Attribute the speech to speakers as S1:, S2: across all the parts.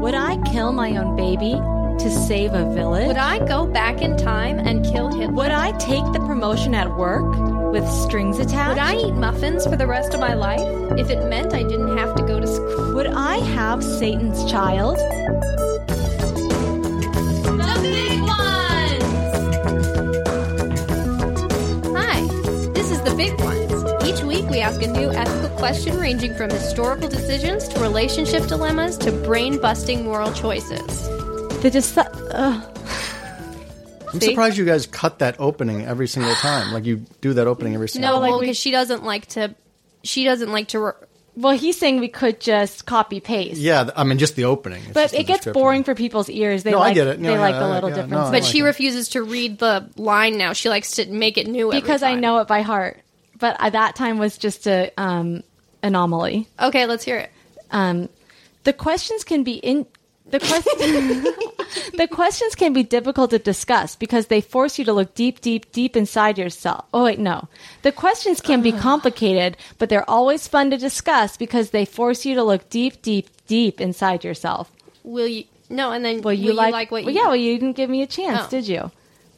S1: Would I kill my own baby to save a village?
S2: Would I go back in time and kill Hitler?
S1: Would I take the promotion at work with strings attached?
S2: Would I eat muffins for the rest of my life if it meant I didn't have to go to school?
S1: Would I have Satan's child?
S2: The big ones! Hi, this is The Big Ones. Each week we ask a new ethical question ranging from historical decisions to relationship dilemmas to brain busting moral choices.
S1: The dis- uh,
S3: I'm
S2: See?
S3: surprised you guys cut that opening every single time. Like you do that opening every single
S2: No,
S3: time.
S2: well, because she doesn't like to. She doesn't like to. Re-
S1: well, he's saying we could just copy paste.
S3: yeah, th- I mean just the opening. It's
S1: But
S3: just a
S1: it gets
S3: description.
S1: boring for people's ears. They
S3: No, I
S1: like
S3: get it. No,
S1: they
S3: yeah,
S1: like the
S3: yeah,
S1: little
S3: yeah, no,
S1: difference.
S3: I
S2: but
S3: like
S2: she
S3: it.
S2: refuses to read the line now. She likes to make it new every
S1: because I
S2: time.
S1: know it by heart. But I, that time was just a um, anomaly.
S2: Okay, let's hear it.
S1: Um, the questions can be in the question. the questions can be difficult to discuss because they force you to look deep, deep, deep inside yourself. Oh wait, no. The questions can be complicated, but they're always fun to discuss because they force you to look deep, deep, deep inside yourself.
S2: Will you? No, and then
S1: Will you, like,
S2: like, what?
S1: well,
S2: you
S1: yeah, well, you didn't give me a chance,
S2: Oh.
S1: did you?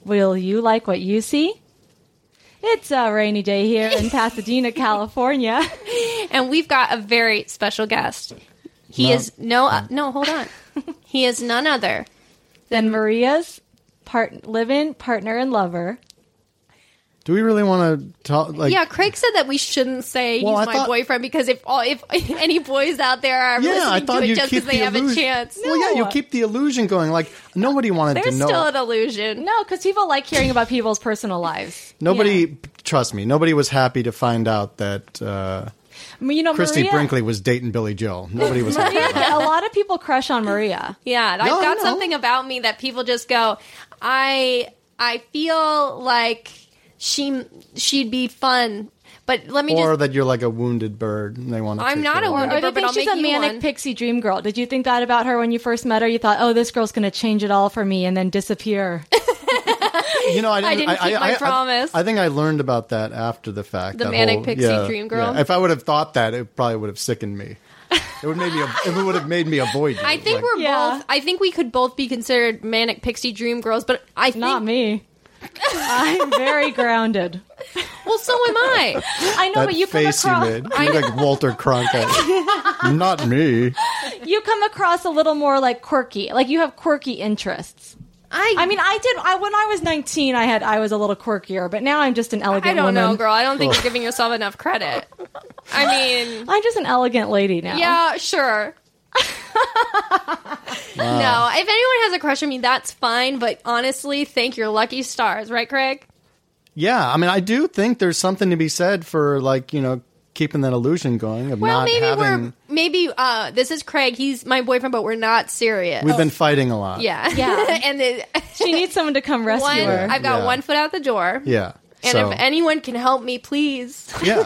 S1: Will you like what you see? It's a rainy day here in Pasadena, California.
S2: And we've got a very special guest. He
S3: No.
S2: is no, uh, no, hold on. he is none other.
S1: then Maria's part live-in partner and lover.
S3: Do we really want to talk? Like,
S2: yeah, Craig said that we shouldn't say
S3: Well,
S2: he's
S3: I
S2: my
S3: thought-
S2: boyfriend because if all, if any boys out there are
S3: yeah, I
S2: listening
S3: thought
S2: to
S3: you
S2: it just
S3: keep
S2: because they
S3: the
S2: have a
S3: illusion.
S2: chance, Uh,
S3: Well, yeah, you keep the illusion going. Like nobody wanted
S2: there's
S3: to know.
S2: still an illusion.
S1: No, because people like hearing about people's personal lives.
S3: nobody,
S1: Yeah.
S3: trust me, nobody was happy to find out that uh,
S1: I mean, you know,
S3: Christy
S1: Maria,
S3: Brinkley was dating Billy Joe. Nobody was happy.
S1: Maria,
S3: about that.
S1: a lot of people crush on Maria.
S2: Yeah,
S3: No,
S2: I've got
S3: no.
S2: something about me that people just go, I I feel like she she'd be fun, but let me
S3: Or
S2: just.
S3: that you're like a wounded bird. And they want to.
S2: I'm
S3: take
S2: not
S3: you
S2: a
S3: away.
S2: wounded
S1: Or do you
S2: But
S1: think
S2: I'll
S1: she's
S2: make
S1: a
S2: you
S1: manic
S2: one.
S1: pixie dream girl? Did you think that about her when you first met her? You thought, oh, this girl's going to change it all for me and then disappear.
S3: You know, I didn't,
S2: didn't keep my
S3: I,
S2: promise.
S3: I, think I learned about that after the fact.
S2: The
S3: that
S2: manic pixie dream girl?
S3: If I would have thought that, it probably would have sickened me. It would maybe. It would have made me avoid. You.
S2: I think
S3: Like,
S2: we're
S1: Yeah.
S2: both. I think we could both be considered manic pixie dream girls, but I think
S1: Not me. I'm very grounded.
S2: well, so am I.
S1: I know,
S3: that
S1: but you come
S3: face
S1: across
S3: you made. You're like Walter Cronkite. not me.
S1: you come across a little more like quirky. Like you have quirky interests.
S2: I
S1: I mean, I did. I when I was 19, I had I was a little quirkier, but now I'm just an elegant.
S2: I don't know,
S1: woman.
S2: girl. I don't think you're giving yourself enough credit. I mean,
S1: I'm just an elegant lady now.
S2: yeah, sure. No, if anyone has a crush on me, that's fine. But honestly, thank your lucky stars, right, Craig?
S3: Yeah, I mean, I do think there's something to be said for like you know keeping that illusion going of
S2: Well,
S3: not
S2: maybe
S3: having.
S2: we're maybe uh, this is Craig. He's my boyfriend, but we're not serious.
S3: We've been fighting a lot.
S2: yeah,
S1: Yeah.
S2: and the,
S1: She needs someone to come rescue
S2: one,
S1: her.
S2: I've got
S3: Yeah.
S2: one foot out the door.
S3: Yeah.
S2: And
S3: so,
S2: if anyone can help me, please.
S3: yeah.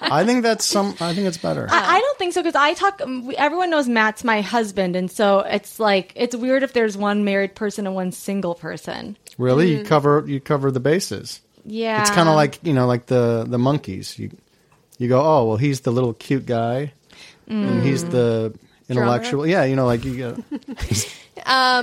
S3: I think that's some. I think it's better.
S2: Uh,
S1: I, I don't think so because I talk. um, we- Everyone knows Matt's my husband, and so it's like it's weird if there's one married person and one single person.
S3: really,
S2: mm.
S3: you cover you cover the bases.
S1: Yeah,
S3: It's kind of like you know, like the the monkeys. You you go, oh well, he's the little cute guy, and he's
S2: Mm.
S3: the intellectual. Yeah, you know, like you go,
S2: Yeah, I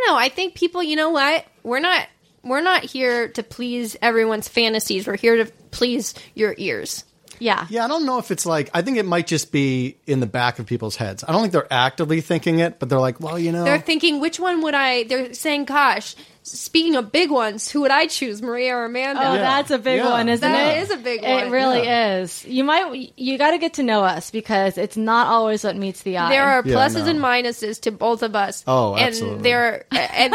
S2: don't know. I think people, you know what? We're not we're not here to please everyone's fantasies. We're here to please your ears.
S1: yeah,
S3: yeah. I don't know if it's like. I think it might just be in the back of people's heads. I don't think they're actively thinking it, but they're like, well, you know,
S2: They're thinking, which one would I? They're saying, gosh, speaking of big ones, who would I choose, Maria or Amanda?
S1: Oh,
S3: Yeah.
S1: that's a big
S3: Yeah.
S1: one, isn't
S2: That
S1: it?
S2: is a big
S1: It
S2: one.
S1: really is. You might you got to get to know us because it's not always what meets the eye.
S2: There are
S3: Yeah,
S2: pluses
S3: no.
S2: and minuses to both of us.
S3: Oh,
S2: And
S3: absolutely.
S2: there, and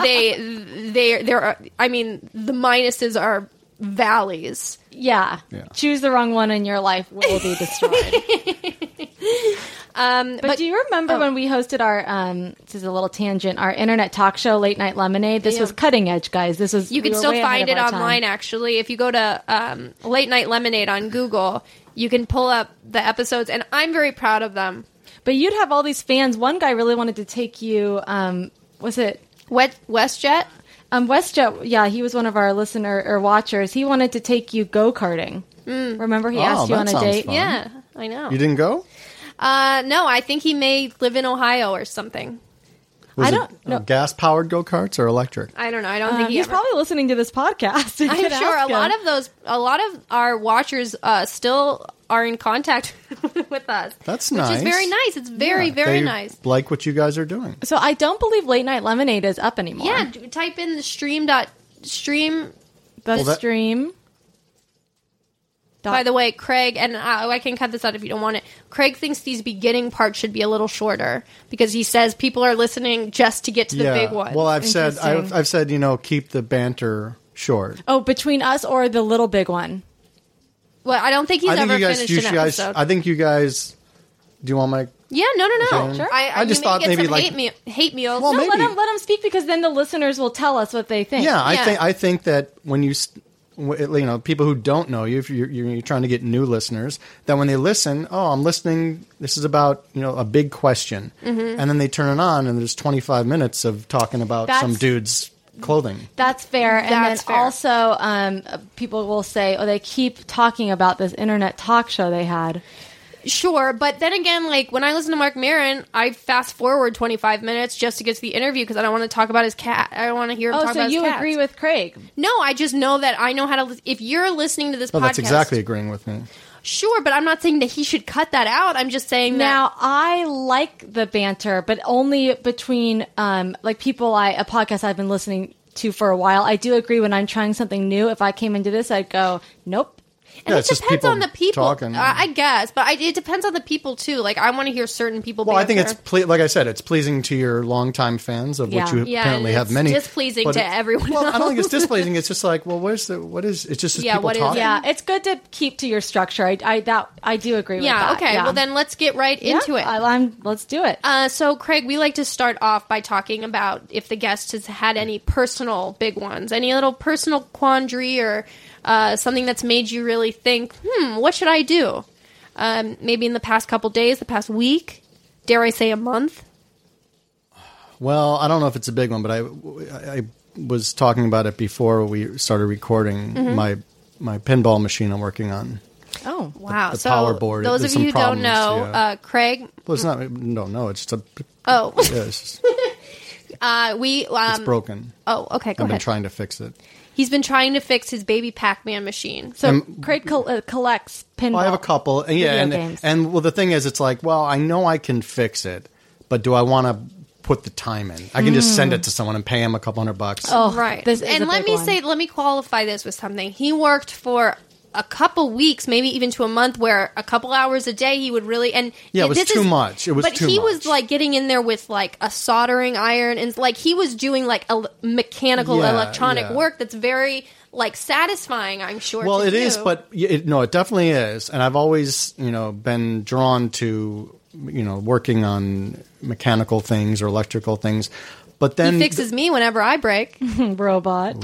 S2: they, they, there are. I mean, the minuses are valleys.
S1: Yeah.
S3: Yeah.
S1: Choose the wrong one and your life will be destroyed. um, but, do you remember
S2: oh.
S1: when we hosted our, um, this is a little tangent, our internet talk show, Late Night Lemonade? This
S2: Yeah.
S1: was cutting edge, guys. This was.
S2: You can
S1: we were
S2: still
S1: way ahead
S2: find
S1: of
S2: it
S1: our time.
S2: online, actually. If you go to um, Late Night Lemonade on Google, you can pull up the episodes, and I'm very proud of them.
S1: But you'd have all these fans. One guy really wanted to take you, um, was it
S2: Wet WestJet,
S1: Um, WestJet, yeah, he was one of our listener or watchers. He wanted to take you go karting.
S2: Mm.
S1: Remember, he
S3: Oh,
S1: asked you
S3: that
S1: on a
S3: sounds
S1: date.
S3: fun.
S2: yeah, I know.
S3: You didn't go?
S2: Uh, no, I think he may live in Ohio or something.
S3: Was
S1: I
S3: it,
S1: don't know.
S3: gas powered go karts or electric?
S2: I don't know. I don't
S1: Um,
S2: think he
S1: he's
S2: ever-
S1: probably listening to this podcast. You
S2: I'm
S1: could
S2: sure a
S1: ask
S2: lot
S1: him.
S2: of those, a lot of our watchers uh, still are in contact with us.
S3: That's
S2: which
S3: nice.
S2: is very nice. It's very,
S3: Yeah,
S2: very
S3: they
S2: nice.
S3: Like what you guys are doing.
S1: So I don't believe Late Night Lemonade is up anymore.
S2: Yeah, d- type in the stream dot stream.
S1: the
S3: Well, that-
S1: stream. Dot-
S2: By the way, Craig and I, I can cut this out if you don't want it. Craig thinks these beginning parts should be a little shorter because he says people are listening just to get to the big one.
S3: Well, I've said I've,
S1: Interesting.
S3: I've said you know keep the banter short.
S1: oh, between us or the little big one.
S2: well, I don't think he's
S3: I think
S2: ever
S3: you guys,
S2: finished
S3: you
S2: an
S3: guys,
S2: episode.
S3: I think you guys. Do you want my?
S2: yeah, no, no, no.
S3: Okay. Sure.
S2: I, I,
S3: I just
S2: you may
S3: thought
S2: get
S3: maybe,
S2: some
S3: like-
S2: hate, meal, hate meals.
S3: Well,
S2: No,
S1: No, let
S3: Maybe.
S1: him let him speak because then the listeners will tell us what they think.
S3: Yeah, I
S2: Yeah.
S3: think I think that when you. St- w- you know, people who don't know you, if you're, you're you're trying to get new listeners, that when they listen, oh, I'm listening. This is about you know a big question,
S2: Mm-hmm.
S3: and then they turn it on, and there's 25 minutes of talking about
S1: That's-
S3: some dude's clothing.
S1: That's fair. And
S2: That's
S1: then
S2: fair.
S1: also, um, people will say, oh, they keep talking about this internet talk show they had.
S2: Sure, but then again, like when I listen to Mark Maron, I fast forward 25 minutes just to get to the interview because I don't want to talk about his cat. I don't want to hear him
S1: Oh,
S2: talk
S1: so
S2: about his
S1: you
S2: cats.
S1: agree with Craig?
S2: No, I just know that I know how to. Li- if you're listening to this
S3: No,
S2: podcast,
S3: Oh, that's exactly agreeing with me.
S2: Sure, but I'm not saying that he should cut that out. I'm just saying
S1: Now I like the banter, but only between um, like people I a podcast I've been listening to for a while. I do agree when I'm trying something new. If I came into this, I'd go, nope.
S2: that. And
S3: Yeah,
S2: it
S3: it's just
S2: depends on the
S3: people
S2: people.
S3: talking.
S2: I, I guess, but I, it depends on the people too. Like I want to hear certain people.
S3: Well, I think it's
S2: banter.
S3: ple- like I said, it's pleasing to your longtime fans of
S1: Yeah.
S3: which you
S2: Yeah,
S3: apparently
S2: and
S3: have
S2: it's
S3: many.
S2: displeasing to
S3: it-
S2: everyone
S3: Well, I don't think it's
S2: else.
S3: displeasing. It's just like, well, where's the what is? It's just, just
S2: Yeah,
S3: people
S2: what is it?
S3: talking.
S1: Yeah, it's good to keep to your structure. I, I that I do agree
S2: yeah.
S1: with that.
S2: okay, well then let's get right
S1: Yeah,
S2: into it.
S1: I, am let's do it.
S2: Uh, so, Craig, we like to start off by talking about if the guest has had any personal big ones, any little personal quandary or uh, something that's made you really think, hmm, what should I do? Um, maybe in the past couple days, the past week, dare I say a month?
S3: Well, I don't know if it's a big one, but I, I was talking about it before we started recording my my pinball machine I'm working on.
S1: oh,
S2: Wow.
S3: the
S2: so,
S3: power board,
S2: those
S3: there's
S2: of you who don't
S3: some problems,
S2: know,
S3: yeah.
S2: uh, Craig,
S3: Well, it's not. No, no, it's just a.
S2: oh,
S3: Yeah, it's, just,
S2: uh, we, um,
S3: it's broken.
S2: oh, okay, go
S3: I've been
S2: ahead.
S3: trying to fix it.
S2: He's been trying to fix his baby Pac Man machine.
S1: so Craig col- uh, collects pinball.
S3: Well, Um, I have a couple, and yeah,
S1: video
S3: and,
S1: games.
S3: and well, the thing is, it's like, well, I know I can fix it, but do I want to put the time in? I can just send it to someone and pay him a couple hundred bucks.
S1: Oh,
S2: right.
S1: This is
S2: and
S1: a
S2: let
S1: big
S2: me
S1: one.
S2: say, let me qualify this with something. He worked for a couple weeks, maybe even to a month, where a couple hours a day he would really and
S3: Yeah, it was
S2: this
S3: too much. It was
S2: but
S3: too
S2: he was
S3: much.
S2: like getting in there with like a soldering iron and like he was doing like a mechanical
S3: Yeah,
S2: electronic
S3: yeah.
S2: work that's very like satisfying. I'm sure.
S3: well,
S2: to
S3: it
S2: do.
S3: is, but y- it, no, it definitely is. And I've always, you know, been drawn to, you know, working on mechanical things or electrical things. But then,
S2: he fixes me whenever I break.
S1: robot.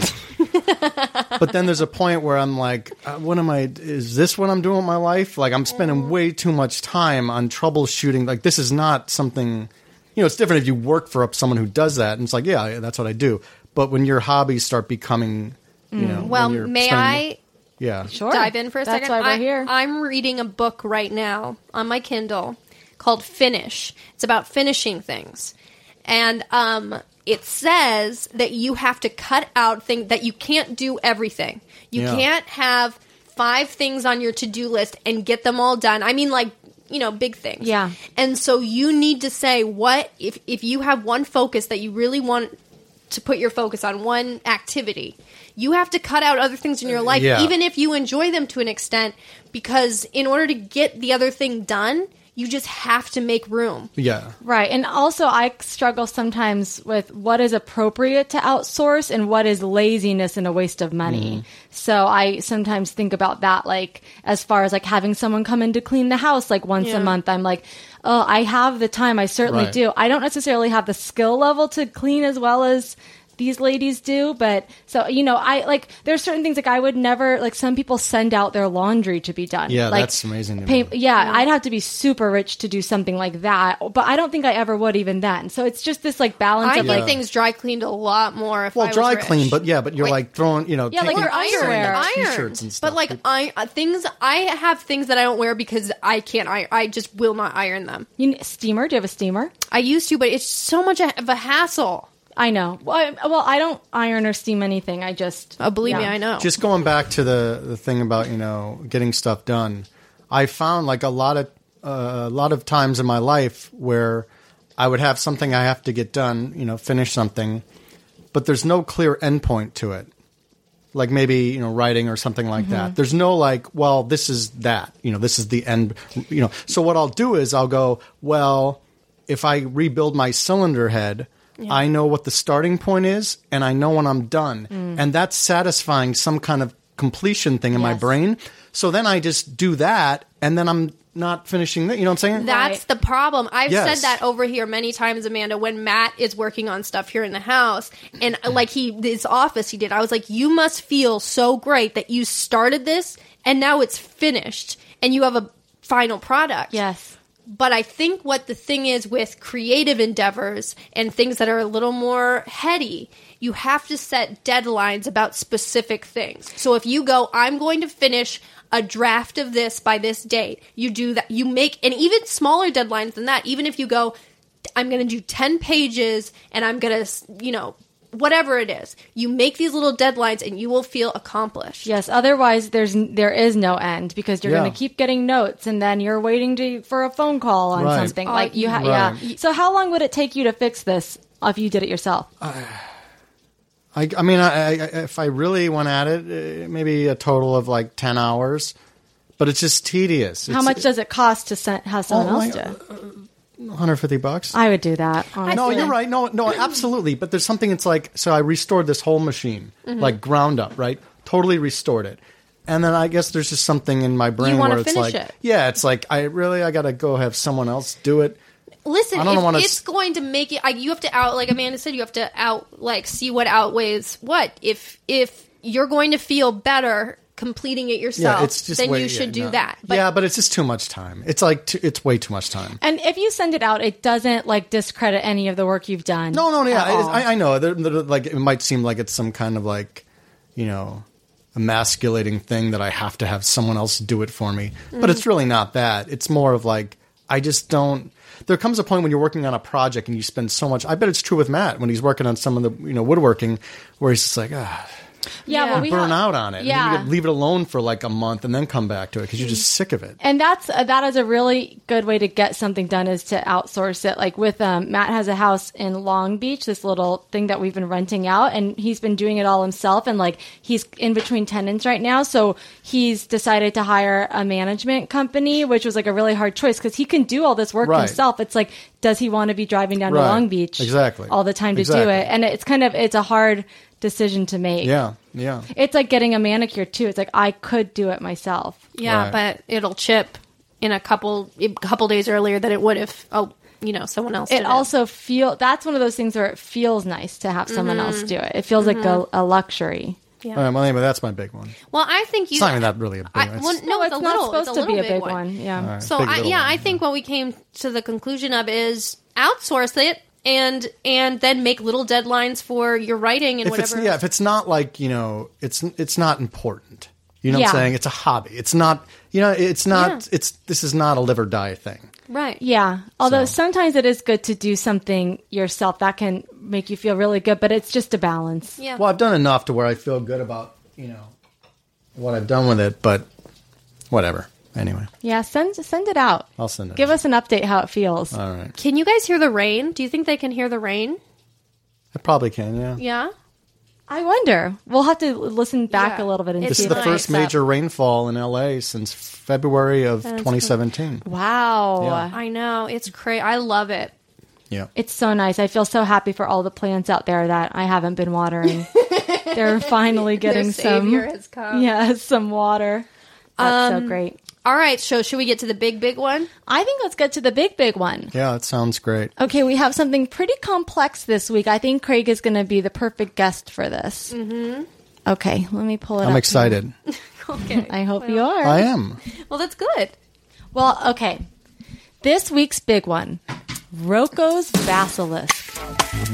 S3: but then there's a point where I'm like, uh, what am I? Is this what I'm doing with my life? Like, I'm
S2: Mm.
S3: spending way too much time on troubleshooting. Like, this is not something, you know, it's different if you work for someone who does that. And it's like, yeah, that's what I do. But when your hobbies start becoming, you know, when
S2: Mm. Well,
S3: you're
S2: may
S3: spending-
S2: I
S3: Yeah.
S1: Sure.
S2: dive in for a
S1: That's
S2: second?
S1: why we're
S2: I,
S1: here.
S2: I'm reading a book right now on my Kindle called Finish. It's about finishing things. And um, it says that you have to cut out things that you can't do everything. You
S3: Yeah.
S2: can't have five things on your to do list and get them all done. I mean, like, you know, big things.
S1: Yeah.
S2: And so you need to say what if if you have one focus that you really want to put your focus on one activity, you have to cut out other things in your life,
S3: Yeah.
S2: even if you enjoy them to an extent, because in order to get the other thing done, you just have to make room.
S3: Yeah.
S1: Right. And also, I struggle sometimes with what is appropriate to outsource and what is laziness and a waste of money.
S3: Mm-hmm.
S1: So I sometimes think about that, like, as far as like having someone come in to clean the house like once
S2: Yeah.
S1: a month. I'm like, oh, I have the time. I certainly
S3: Right.
S1: do. I don't necessarily have the skill level to clean as well as these ladies do but so you know i like there's certain things like i would never like some people send out their laundry to be done
S3: Yeah,
S1: like,
S3: that's amazing to
S1: pay-
S3: me.
S1: yeah, I'd have to be super rich to do something like that, but I don't think I ever would even then. So it's just this like balance
S2: I
S1: of
S2: get
S1: like
S2: things dry cleaned a lot more if I
S3: Well,
S2: was
S3: dry
S2: rich.
S3: clean, but yeah, but you're like throwing, you know,
S1: Yeah, like
S3: taking
S1: your
S3: sewing
S1: underwear.
S3: up
S2: Ironed.
S3: t-shirts and stuff.
S2: But like I uh, things, I have things that I don't wear because I can't. I I just will not iron them.
S1: you kn- steamer. Do you have a steamer?
S2: I used to, but it's so much of a hassle.
S1: I know. Well, I, well, I don't iron or steam anything. I just
S2: Oh, believe me,
S1: yeah.
S2: I know.
S3: just going back to the the thing about you know getting stuff done i found like a lot of uh, a lot of times in my life where i would have something i have to get done you know finish something but there's no clear endpoint to it like maybe you know writing or something like
S1: Mm-hmm.
S3: that there's no like well this is that you know this is the end you know so what i'll do is i'll go well if i rebuild my cylinder head i know what the starting point is and i know when i'm done
S1: Mm.
S3: and that's satisfying some kind of completion thing in my
S1: Yes.
S3: brain so then i just do that and then i'm not finishing that you know what i'm saying
S2: That's
S1: Right.
S2: the problem. I've
S3: Yes.
S2: said that over here many times, Amanda, when Matt is working on stuff here in the house. And uh, like he, his office he did, I was like, you must feel so great that you started this and now it's finished and you have a final product.
S1: Yes.
S2: But I think what the thing is with creative endeavors and things that are a little more heady, you have to set deadlines about specific things. So if you go, I'm going to finish a draft of this by this date, you do that. You make, and even smaller deadlines than that, even if you go, I'm going to do 10 pages and I'm going to, you know, whatever it is, you make these little deadlines and you will feel accomplished.
S1: Yes. Otherwise, there's n- there is no end because you're
S3: Yeah.
S1: going to keep getting notes, and then you're waiting to for a phone call on
S3: Right.
S1: something.
S2: Oh,
S1: like you, ha-
S3: Right.
S1: yeah. So how long would it take you to fix this if you did it yourself?
S3: I, I mean, I, I, if I really went at it, uh, maybe a total of like 10 hours, but it's just tedious.
S1: how
S3: It's
S1: much does it cost to send, have someone
S3: Oh,
S1: else
S3: like,
S1: do? it?
S3: 150 bucks?
S1: I would do that. Honestly.
S3: no, you're right. No, no, absolutely. But there's something it's like, so I restored this whole machine,
S2: Mm-hmm.
S3: like ground up, right? Totally restored it. And then I guess there's just something in my brain
S2: wanna
S3: where it's
S2: finish
S3: like,
S2: it.
S3: yeah, it's like, I really, I got to go have someone else do it.
S2: Listen,
S3: I don't
S2: if
S3: wanna
S2: it's
S3: s-
S2: going to make it. I, you have to out, like Amanda said, you have to out, like see what outweighs what. If if you're going to feel better completing it yourself,
S3: Yeah, it's just
S2: then
S3: way-
S2: you should
S3: yeah,
S2: do
S3: no.
S2: that. But
S3: yeah, but it's just too much time. It's like, too, it's way too much time.
S1: And if you send it out, it doesn't like discredit any of the work you've done.
S3: No, no, no. Yeah,
S1: at all.
S3: I, I know. They're, they're, like it might seem like it's some kind of like, you know, emasculating thing that I have to have someone else do it for me. But
S1: Mm.
S3: it's really not that. It's more of like I just don't. There comes a point when you're working on a project and you spend so much. I bet it's true with Matt when he's working on some of the you know woodworking, where he's just like ah,
S1: yeah,
S2: Yeah.
S1: Well, we
S3: burn
S1: ha-
S3: out on it. And then
S1: Yeah.
S3: you could leave it alone for like a month and then come back to it because you're just sick of it.
S1: and that's uh, that is a really good way to get something done is to outsource it like with um, matt has a house in long beach this little thing that we've been renting out and he's been doing it all himself and like he's in between tenants right now so he's decided to hire a management company which was like a really hard choice because he can do all this work
S3: Right.
S1: himself it's like does he want to be driving down to
S3: Right.
S1: long beach
S3: Exactly.
S1: all the time to do
S3: Exactly.
S1: it and it's kind of it's a hard decision to make
S3: Yeah, yeah.
S1: it's like getting a manicure too it's like i could do it myself
S2: yeah,
S3: Right.
S2: but it'll chip in a couple a couple days earlier than it would if oh you know someone else. did
S1: it also feel that's one of those things where it feels nice to have someone else
S2: Mm-hmm.
S1: do it. It feels like a, a luxury.
S3: All right. Well, anyway, that's my big one.
S2: Well, I think you.
S3: It's not even that really a big.
S2: I,
S3: it's-
S2: well, no, it's, a
S1: not
S2: little.
S1: supposed
S2: it's a
S1: to be a
S2: little
S1: big one. Yeah.
S3: right.
S2: So
S3: Big
S2: I,
S3: little
S2: yeah,
S3: one,
S2: I
S3: yeah.
S2: think what we came to the conclusion of is outsource it and and then make little deadlines for your writing and
S3: if
S2: whatever.
S3: it's yeah, if it's not like you know, it's it's not important. You know what I'm
S1: Yeah.
S3: saying? It's a hobby. It's not you know, it's not it's this is not a live or die thing.
S2: right.
S1: Yeah. Although
S3: So-
S1: sometimes it is good to do something yourself that can make you feel really good, but it's just a balance.
S2: Yeah.
S3: Well, I've done enough to where I feel good about you know what I've done with it, but whatever. Anyway,
S1: Yeah, send send it out.
S3: I'll send it.
S1: Give
S3: out.
S1: us an update how it feels.
S3: All right,
S2: Can you guys hear the rain? Do you think they can hear the rain?
S3: I probably can. Yeah.
S2: Yeah.
S1: I wonder. We'll have to listen back
S2: Yeah.
S1: a little bit and
S2: It's
S3: This
S1: see.
S3: is the
S1: if it
S3: first
S1: picks up.
S3: major rainfall in LA since February of 2017.
S1: Wow.
S3: Yeah.
S2: I know it's crazy. I love it.
S3: Yeah.
S1: It's so nice. I feel so happy for all the plants out there that I haven't been watering. They're finally getting
S2: savior
S1: some
S2: has come.
S1: Yeah, some water. That's so great.
S2: All right, so should we get to the big, big one?
S1: Um, I think let's get to the big big one.
S3: Yeah, that sounds great.
S1: Okay, we have something pretty complex this week. I think Craig is going to be the perfect guest for this. Mm-hmm. Okay, let me pull it up.
S3: I'm
S1: here.
S3: excited.
S2: Okay.
S1: I hope you are.
S3: I am.
S2: well, that's good.
S1: Well, okay. This week's big one Rocco's Basilisk.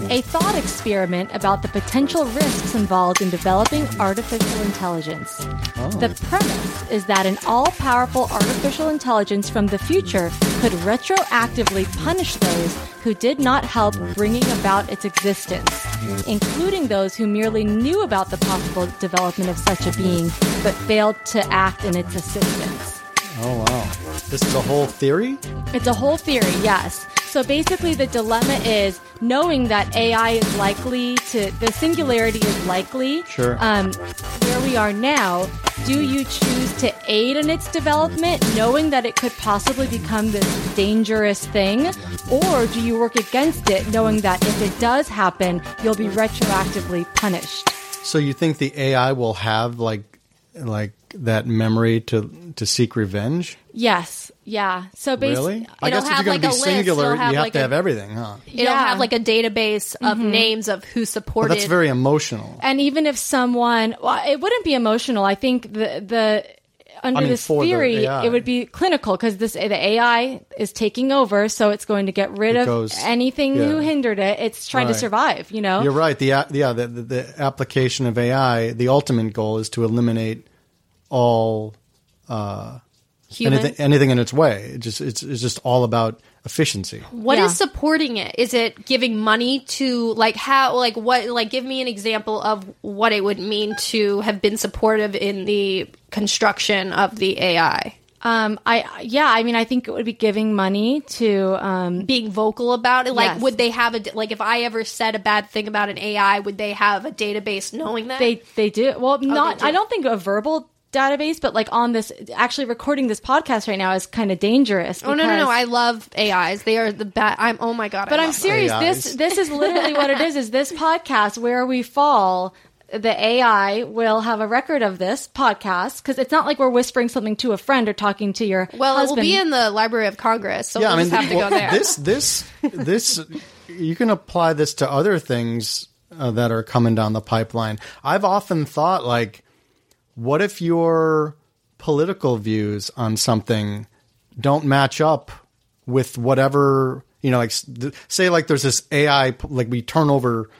S1: A thought experiment about the potential risks involved in developing artificial intelligence. The premise is that an all powerful artificial intelligence from the future could retroactively punish those who did not help bringing about its existence, including those who merely knew about the possible development of such a being but failed to act in its assistance.
S3: Oh, wow. This is a whole theory?
S1: It's a whole theory, yes. So basically, the dilemma is knowing that AI is likely to, the singularity is likely.
S3: Sure.
S1: Um, where we are now, do you choose to aid in its development, knowing that it could possibly become this dangerous thing? Or do you work against it, knowing that if it does happen, you'll be retroactively punished?
S3: So you think the AI will have like like that memory to to seek revenge?
S1: Yes. Yeah. So basically,
S3: Really? I
S2: it'll
S3: guess if
S2: have
S3: you're
S2: like
S3: going to
S2: a
S3: be
S2: list,
S3: singular,
S2: it'll
S3: you
S2: have
S3: have
S2: like
S3: to
S2: a-
S3: have everything, huh?
S2: It'll
S1: Yeah.
S2: have like a database of names of who
S3: But
S2: supported.
S3: that's very emotional.
S1: and even if someone well it wouldn't be emotional i think the the under
S3: I mean,
S1: this
S3: for the
S1: theory
S3: AI.
S1: it would be clinical because this the ai is taking over so it's going to get rid
S3: It
S1: of
S3: goes-
S1: anything
S3: yeah.
S1: who hindered it it's trying to
S3: Right.
S1: survive you
S2: Oh.
S1: know
S3: You're right. The a- yeah, the, the, the application of AI, the ultimate goal is to eliminate all uh,
S2: human.
S3: anything, anything in its way. It just it's, it's just all about efficiency.
S2: What is
S1: Yeah.
S2: supporting it? Is it giving money to like how like what like give me an example of what it would mean to have been supportive in the construction of the AI?
S1: um i yeah i mean i think it would be giving money to um
S2: Being vocal about it, like
S1: Yes.
S2: would they have a d- like if I ever said a bad thing about an AI, would they have a database knowing that?
S1: they they do well not
S2: Oh, do.
S1: i don't think a verbal database but like on this actually recording this podcast right now is kind of dangerous
S2: oh no no no!
S1: because-
S2: I love AIs. They are the best. I'm oh my god!
S1: But
S2: I
S1: I'm
S2: love
S1: serious.
S3: AIs.
S1: This this is literally what it is. Is this podcast where we fall? The AI will have a record of this podcast because it's not like we're whispering something to a friend or talking to your
S2: it. Well,
S1: husband.
S2: it will be in the Library of Congress, so
S3: yeah,
S2: we'll
S3: I mean,
S2: just have to
S3: well,
S2: go there.
S3: this this this you can apply this to other things uh, that are coming down the pipeline. I've often thought like, what if your political views on something don't match up with whatever you know? Like, s- th- say like there's this AI p- like we turn over.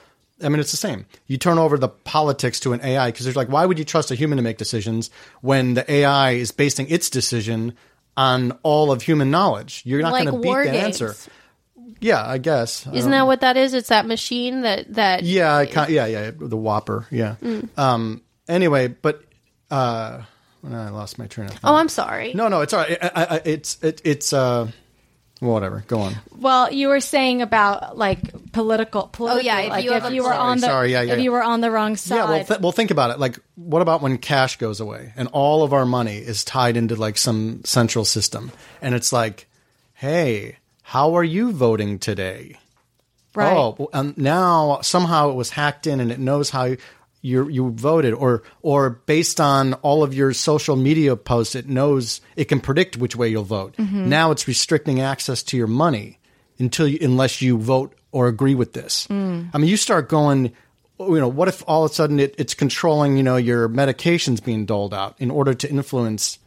S3: I mean, it's the same. You turn over the politics to an AI because there's like, why would you trust a human to make decisions when the AI is basing its decision on all of human knowledge? You're not
S2: Like
S3: going to beat
S2: war
S3: the
S2: games.
S3: answer. Yeah, I guess. I
S2: Isn't that what that is? It's that machine that that
S3: yeah, I kind yeah, yeah, the Whopper. Yeah. Um. Anyway, but uh, well, I lost my train of thought.
S2: Oh, I'm sorry.
S3: No, no, it's all right. I, I, I, it's it, it's uh, well, whatever. Go on.
S1: well, you were saying about like political. political
S2: Oh, yeah, if
S1: like
S2: you have a-
S1: were on the
S3: sorry, yeah, yeah,
S1: if
S3: yeah.
S1: you were on the wrong side.
S3: Yeah. Well, th- well, think about it. Like, what about when cash goes away and all of our money is tied into like some central system, and it's like, hey, how are you voting today?
S1: right.
S3: Oh, well, and now somehow it was hacked in and it knows how you you you voted or or based on all of your social media posts it knows it can predict which way you'll vote.
S1: Mm-hmm.
S3: Now it's restricting access to your money until you, unless you vote or agree with this.
S1: Mm.
S3: I mean you start going you know what if all of a sudden it, it's controlling you know your medications being doled out in order to influence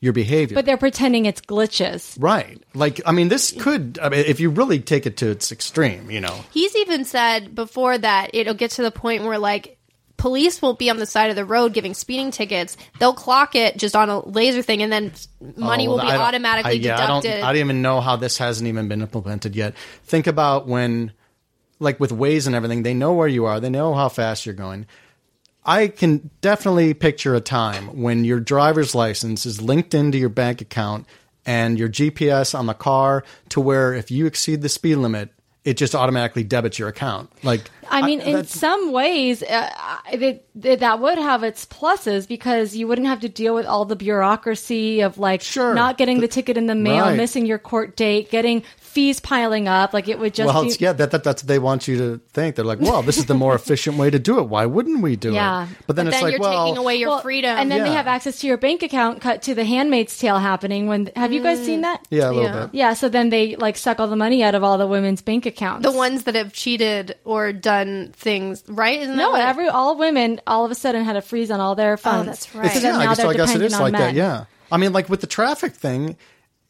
S3: your behavior.
S1: but they're pretending it's glitches.
S3: right. Like I mean this could I mean if you really take it to its extreme, you know.
S2: He's even said before that it'll get to the point where like police won't be on the side of the road giving speeding tickets. They'll clock it just on a laser thing, and then money
S3: Oh, well,
S2: will be
S3: I don't-
S2: automatically
S3: I, yeah, I
S2: deducted.
S3: don't, I don't even know how this hasn't even been implemented yet. Think about when, like with Waze and everything, they know where you are, they know how fast you're going. I can definitely picture a time when your driver's license is linked into your bank account and your GPS on the car to where if you exceed the speed limit, it just automatically debits your account. Like
S1: I mean, in
S3: that's-
S1: some ways, uh, I- they, they, that would have its pluses because you wouldn't have to deal with all the bureaucracy of like
S3: Sure.
S1: not getting the ticket in the mail,
S3: Right.
S1: missing your court date, getting fees piling up. Like it would just
S3: well,
S1: be.
S3: it's, yeah, that, that that's what they want you to think. They're like, well, this is the more efficient way to do it. Why wouldn't we do
S1: Yeah.
S3: it? But then
S2: But
S3: it's
S2: then
S3: like,
S2: you're
S3: well,
S2: taking away your
S1: Well,
S2: freedom.
S1: and then they
S3: Yeah.
S1: have access to your bank account. Cut to the Handmaid's Tale happening. When have you guys seen that?
S3: Mm. yeah, a little
S2: Yeah.
S3: bit.
S1: Yeah, so then they like suck all the money out of all the women's bank accounts.
S2: the ones that have cheated or done things right. Isn't
S1: no,
S2: that what-
S1: every all women all of a sudden had a freeze on all their funds.
S2: that's right.
S1: So
S2: It's-
S1: then
S3: yeah, I
S1: now
S3: guess,
S1: they're
S3: so I guess it
S1: dependent
S3: is
S1: on
S3: like
S1: men.
S3: that. Yeah. I mean, like with the traffic thing,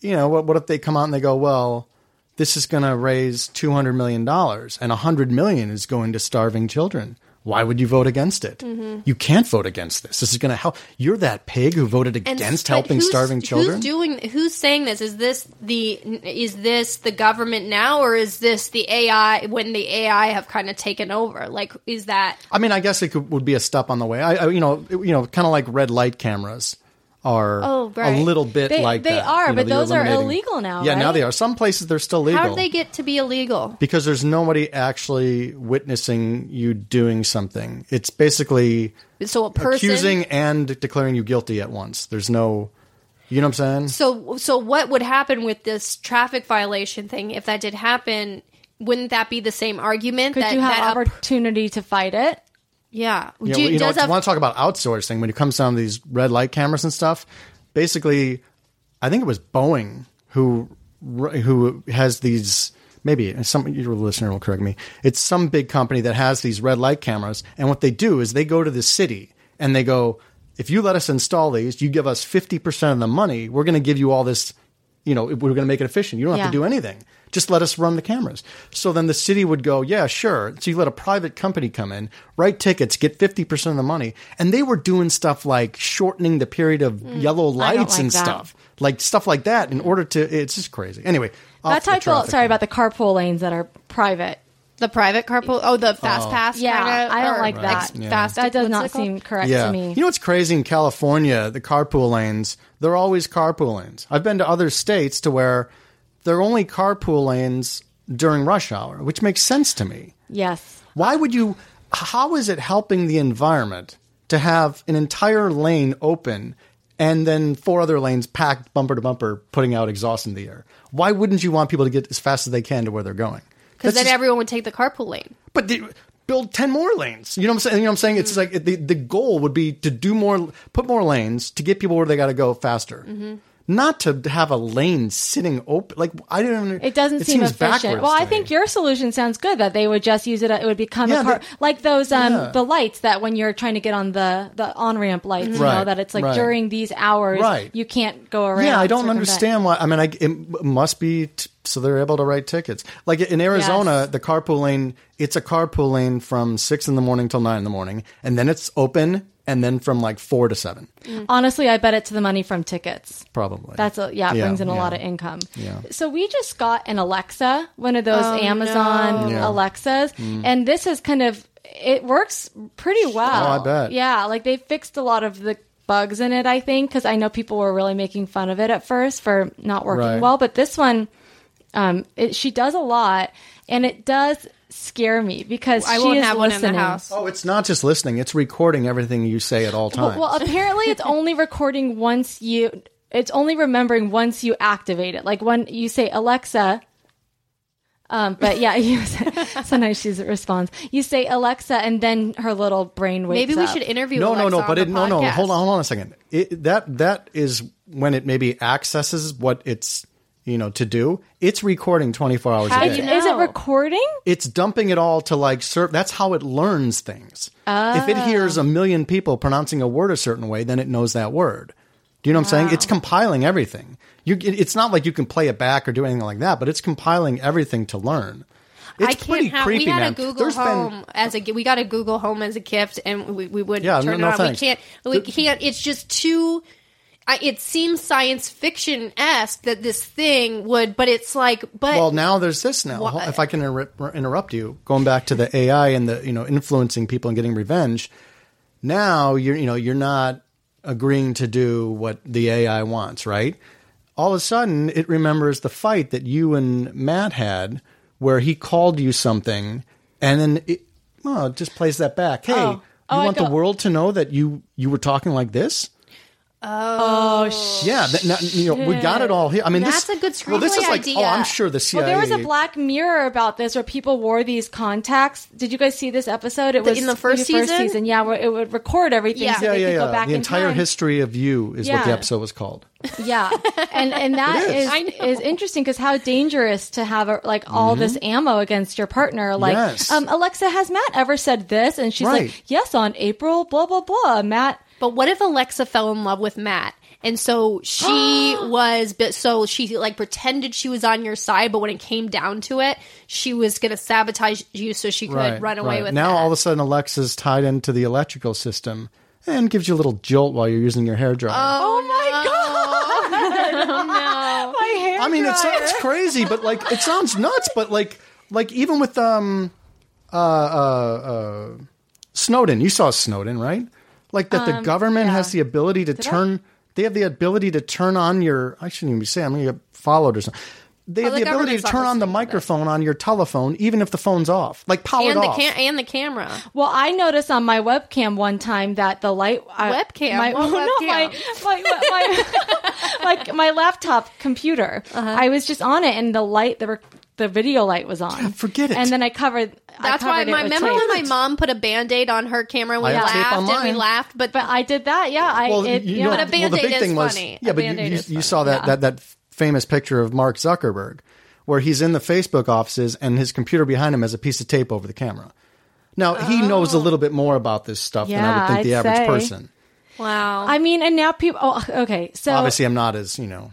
S3: you know, what, what if they come out and they go, well, this is going to raise $200 million and $100 million is going to starving children. Why would you vote against it?
S1: Mm-hmm.
S3: You can't vote against this. This is going to help. You're that pig who voted
S2: And-
S3: against
S2: but
S3: helping
S2: who's-
S3: starving children.
S2: Who's doing? Who's saying this? Is this the? Is this the government now, or is this the AI? When the AI have kind of taken over, like is that?
S3: I mean, I guess it could, would be a step on the way. I, I you know, you know, kind of like red light cameras are
S2: Oh, right.
S3: a little bit
S1: They-
S3: like
S1: they
S3: that,
S1: are,
S3: you know,
S1: but
S3: that you're
S1: those are
S3: eliminating.
S1: illegal now,
S3: Yeah, now
S1: right?
S3: they are. Some places they're still legal.
S2: How did they get to be illegal?
S3: because there's nobody actually witnessing you doing something. It's basically
S2: So a person.
S3: accusing and declaring you guilty at once. There's no, you know what I'm saying?
S2: so so what would happen with this traffic violation thing if that did happen? Wouldn't that be the same argument?
S1: Could
S2: that,
S1: you have
S2: that a-
S1: opportunity to fight it?
S2: yeah.
S3: Yeah,
S2: Do-
S3: well, you know,
S2: does
S3: if you
S2: a-
S3: want to talk about outsourcing when it comes down to these red light cameras and stuff. Basically, I think it was Boeing who who has these. Maybe some your listener will correct me. It's some big company that has these red light cameras, and what they do is they go to the city and they go, "If you let us install these, you give us fifty percent of the money. We're going to give you all this. You know, we're going to make it efficient. You don't have to
S1: Yeah.
S3: do anything. Just let us run the cameras." So then the city would go, "Yeah, sure." So you let a private company come in, write tickets, get fifty percent of the money, and they were doing stuff like shortening the period of yellow
S1: Mm. I don't
S3: lights
S1: like
S3: and
S1: that.
S3: stuff like stuff like that in order to it's just crazy anyway off
S1: That's
S3: the
S1: how I feel.
S3: traffic
S1: Sorry
S3: thing.
S1: about the carpool lanes that are private.
S2: the private carpool? Oh, the fast pass.
S1: Yeah,
S2: kinda,
S1: I don't
S2: or
S1: like that.
S2: ex- Fast,
S1: That does
S2: what's
S1: not
S2: it called?
S1: seem correct
S3: yeah
S1: to me.
S3: you know what's crazy in california the carpool lanes they're always carpool lanes i've been to other states to where they're only carpool lanes during rush hour which makes sense to me
S1: yes.
S3: why would you how is it helping the environment to have an entire lane open and then four other lanes packed bumper to bumper putting out exhaust in the air why wouldn't you want people to get as fast as they can to where they're going
S2: Because
S3: That's
S2: then
S3: just-
S2: everyone would take the carpool lane.
S3: but they- build 10 more lanes you know what i'm saying you know what i'm saying it's
S1: Mm-hmm.
S3: like the, the goal would be to do more put more lanes to get people where they got to go faster
S1: Mm-hmm.
S3: not to have a lane sitting open like i don't even
S1: It doesn't seem
S3: seems
S1: efficient.
S3: backwards
S1: Well,
S3: to
S1: I
S3: me.
S1: think your solution sounds good that they would just use it. It would become
S3: Yeah,
S1: a car,
S3: they-
S1: like those um
S3: yeah.
S1: the lights that when you're trying to get on the the on ramp lights, you know
S3: Right,
S1: that it's like
S3: right.
S1: during these hours
S3: Right.
S1: you can't go around.
S3: Yeah, I don't
S1: circumvent.
S3: understand why. I mean, I, it must be t- so they're able to write tickets. Like in Arizona,
S1: Yes.
S3: the carpool lane, it's a carpool lane from six in the morning till nine in the morning, and then it's open, and then from like four to seven,
S1: Honestly, I bet it's the money from tickets.
S3: probably.
S1: Mm. That's a yeah, it
S3: Yeah,
S1: brings in a
S3: yeah.
S1: lot of income.
S3: Yeah.
S1: So we just got an Alexa, one of
S2: Oh,
S1: those Amazon
S3: Yeah. Mm.
S1: Alexas, and this has kind of it works pretty well.
S3: Oh, I bet.
S1: Yeah, like they fixed a lot of the bugs in it, I think, because I know people were really making fun of it at first for not working
S3: Right.
S1: well, but this one, um, it, she does a lot, and it does scare me because
S2: I
S1: she
S2: won't
S1: is
S2: have one in
S1: listening.
S2: the house.
S3: Oh, it's not just listening; it's recording everything you say at all times.
S1: Well, well, apparently it's only recording once you. It's only remembering once you activate it. Like when you say Alexa. Um, but yeah, you, sometimes she responds. You say Alexa, and then her little brain wakes
S2: Maybe we
S1: up.
S2: should interview.
S3: no, no,
S2: Alexa
S3: no,
S2: on
S3: but
S2: the
S3: it, no, no.
S2: podcast.
S3: Hold on, hold on a second. It, that that is when it maybe accesses what it's you know to do. It's recording twenty four hours
S2: How
S3: a
S2: do
S3: day.
S2: you
S1: Is- Is it
S2: No.
S1: recording?
S3: it's dumping it all to like serve. That's how it learns things. If
S2: Oh.
S3: it hears a million people pronouncing a word a certain way, then it knows that word. Do you know what I'm saying? It's compiling everything. You, it- it's not like you can play it back or do anything like that, but it's compiling everything to learn. It's
S2: I can't
S3: pretty
S2: have.
S3: creepy,
S2: we had
S3: man.
S2: a Google
S3: There's been-
S2: Home as a. gi- We got a Google Home as a gift, and we, we wouldn't
S3: Yeah, no-
S2: turn
S3: no
S2: it on.
S3: thanks.
S2: We can't. We can't. It's just too. I, it seems science fiction esque that this thing would, but it's like, but
S3: well, now there's this now.
S2: Wha-
S3: If I can inter- interrupt you, going back to the AI and the you know influencing people and getting revenge, now you're you know you're not agreeing to do what the AI wants, right? All of a sudden, it remembers the fight that you and Matt had, where he called you something, and then it, oh, it just plays that back. Hey,
S1: Oh.
S3: you
S1: Oh, I
S3: want
S1: go-
S3: the world to know that you you were talking like this?
S1: Oh, sh-
S3: Yeah, that, not, you know, we got it all here. I mean,
S2: That's
S3: this,
S2: a good
S3: Well, this
S2: screenplay
S3: is like, oh,
S2: idea.
S3: I'm sure the
S1: well,
S3: CIA.
S1: there was a Black Mirror about this where people wore these contacts. Did you guys see this episode? It
S2: The-
S1: was
S2: in the first
S1: maybe
S2: season?
S1: Yeah, where it would record everything
S2: Yeah.
S1: so
S3: yeah,
S1: they
S3: yeah,
S1: could go
S3: yeah.
S1: back
S3: The
S1: in
S3: entire
S1: time.
S3: history of you is what the
S1: Yeah.
S3: episode was called.
S1: Yeah, and and that is
S2: I know.
S1: is interesting because how dangerous to have a, like all this ammo against your partner. Like,
S3: Mm-hmm. Yes.
S1: um, Alexa, has Matt ever said this? And she's
S3: Right.
S1: like, yes, on April, blah blah blah. Matt,
S2: But what if Alexa fell in love with Matt? And so she was, but so she like pretended she was on your side, but when it came down to it, she was gonna sabotage you so she could run away
S3: right.
S2: with.
S3: now
S2: Matt.
S3: all of a sudden Alexa's tied into the electrical system and gives you a little jolt while you're using your hair dryer.
S1: oh, my
S2: Oh,
S1: god, my hair.
S3: I mean, it
S1: dryer.
S3: sounds crazy, but like it sounds nuts. But like, like even with um, uh, uh, uh, Snowden, you saw Snowden, right? Like that
S2: Um,
S3: the government has the ability to turn. They have the ability to turn on your. I shouldn't even say. I'm going to get followed or something. They have
S2: Oh, the
S3: the, ability to
S2: government's
S3: turn on the
S2: obviously
S3: microphone on your telephone, even if the phone's off, like powered
S2: and the
S3: off.
S2: cam- and the camera.
S1: Well, I noticed on my webcam one time that the light I,
S2: Webcam?
S1: my,
S2: What
S1: no, my, my, my, my, my laptop computer.
S2: Uh-huh.
S1: I was just on it, and the light, the rec- the video light was on.
S3: forget it.
S1: And then I covered.
S2: That's
S1: I
S2: why
S1: covered
S2: my
S1: it with
S2: remember
S1: tape.
S2: when my mom put a band aid on her camera and we
S3: I have tape
S2: laughed
S3: on
S2: and we
S3: mine.
S2: laughed, but,
S1: But I did that. Yeah, I.
S3: Well,
S1: it,
S3: you
S1: yeah.
S3: know,
S2: But a
S3: well, the
S2: Band-Aid
S3: big thing
S2: is
S3: was
S2: funny.
S3: yeah,
S2: A
S3: but you,
S2: Band-Aid
S3: you,
S2: is
S3: you
S2: funny.
S3: saw that, that that famous picture of Mark Zuckerberg where he's in the Facebook offices and his computer behind him has a piece of tape over the camera. Now he knows a little bit more about this stuff than I
S1: Yeah,
S3: would think the
S1: I'd
S3: average
S1: say.
S3: person.
S2: wow.
S1: I mean, and now people. Oh, okay. So
S3: Obviously, I'm not as you know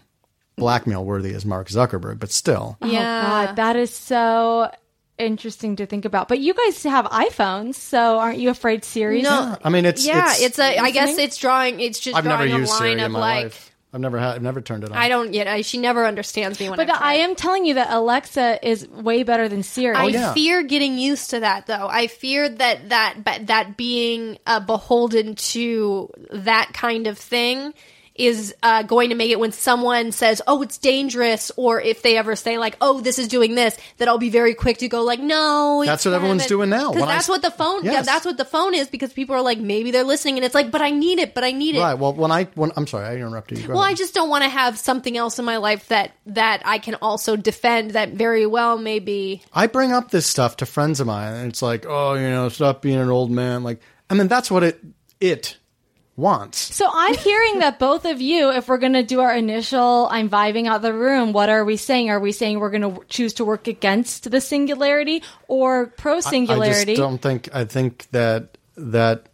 S3: blackmail worthy as Mark Zuckerberg, but still,
S1: Oh God, that is so interesting to think about. But you guys have iPhones, so aren't you afraid Siri?
S2: no,
S3: I mean it's
S2: yeah,
S3: it's,
S2: it's, a. I guess it's drawing. It's just
S3: I've never
S2: drawing a
S3: used
S2: line
S3: Siri
S2: of
S3: in my
S2: like.
S3: life. I've never had. I've never turned it on.
S2: I don't yet. I, she never understands me when.
S1: But the,
S2: I've
S1: I
S2: tried.
S1: am telling you that Alexa is way better than Siri.
S2: I
S3: Oh, yeah.
S2: fear getting used to that though. I fear that that but that being uh, beholden to that kind of thing is uh, going to make it when someone says, "Oh, it's dangerous," or if they ever say like, "Oh, this is doing this," that I'll be very quick to go like, "No."
S3: That's what everyone's doing now.
S2: Because
S3: When I
S2: that's
S3: s-
S2: what the phone. Yeah,
S3: Yes.
S2: that's what the phone is. Because people are like, maybe they're listening, and it's like, "But I need it. But I need it."
S3: Right. Well, when I when I'm sorry, I interrupted you. Go
S2: Well, I
S3: ahead.
S2: just don't want to have something else in my life that that I can also defend that very well maybe
S3: I bring up this stuff to friends of mine, and it's like, oh, you know, stop being an old man. Like, I mean, that's what it it wants.
S1: so I'm hearing that both of you, if we're going to do our initial, I'm vibing out the room. What are we saying? Are we saying we're going to choose to work against the singularity or pro
S3: I just
S1: singularity?
S3: don't think. I think that that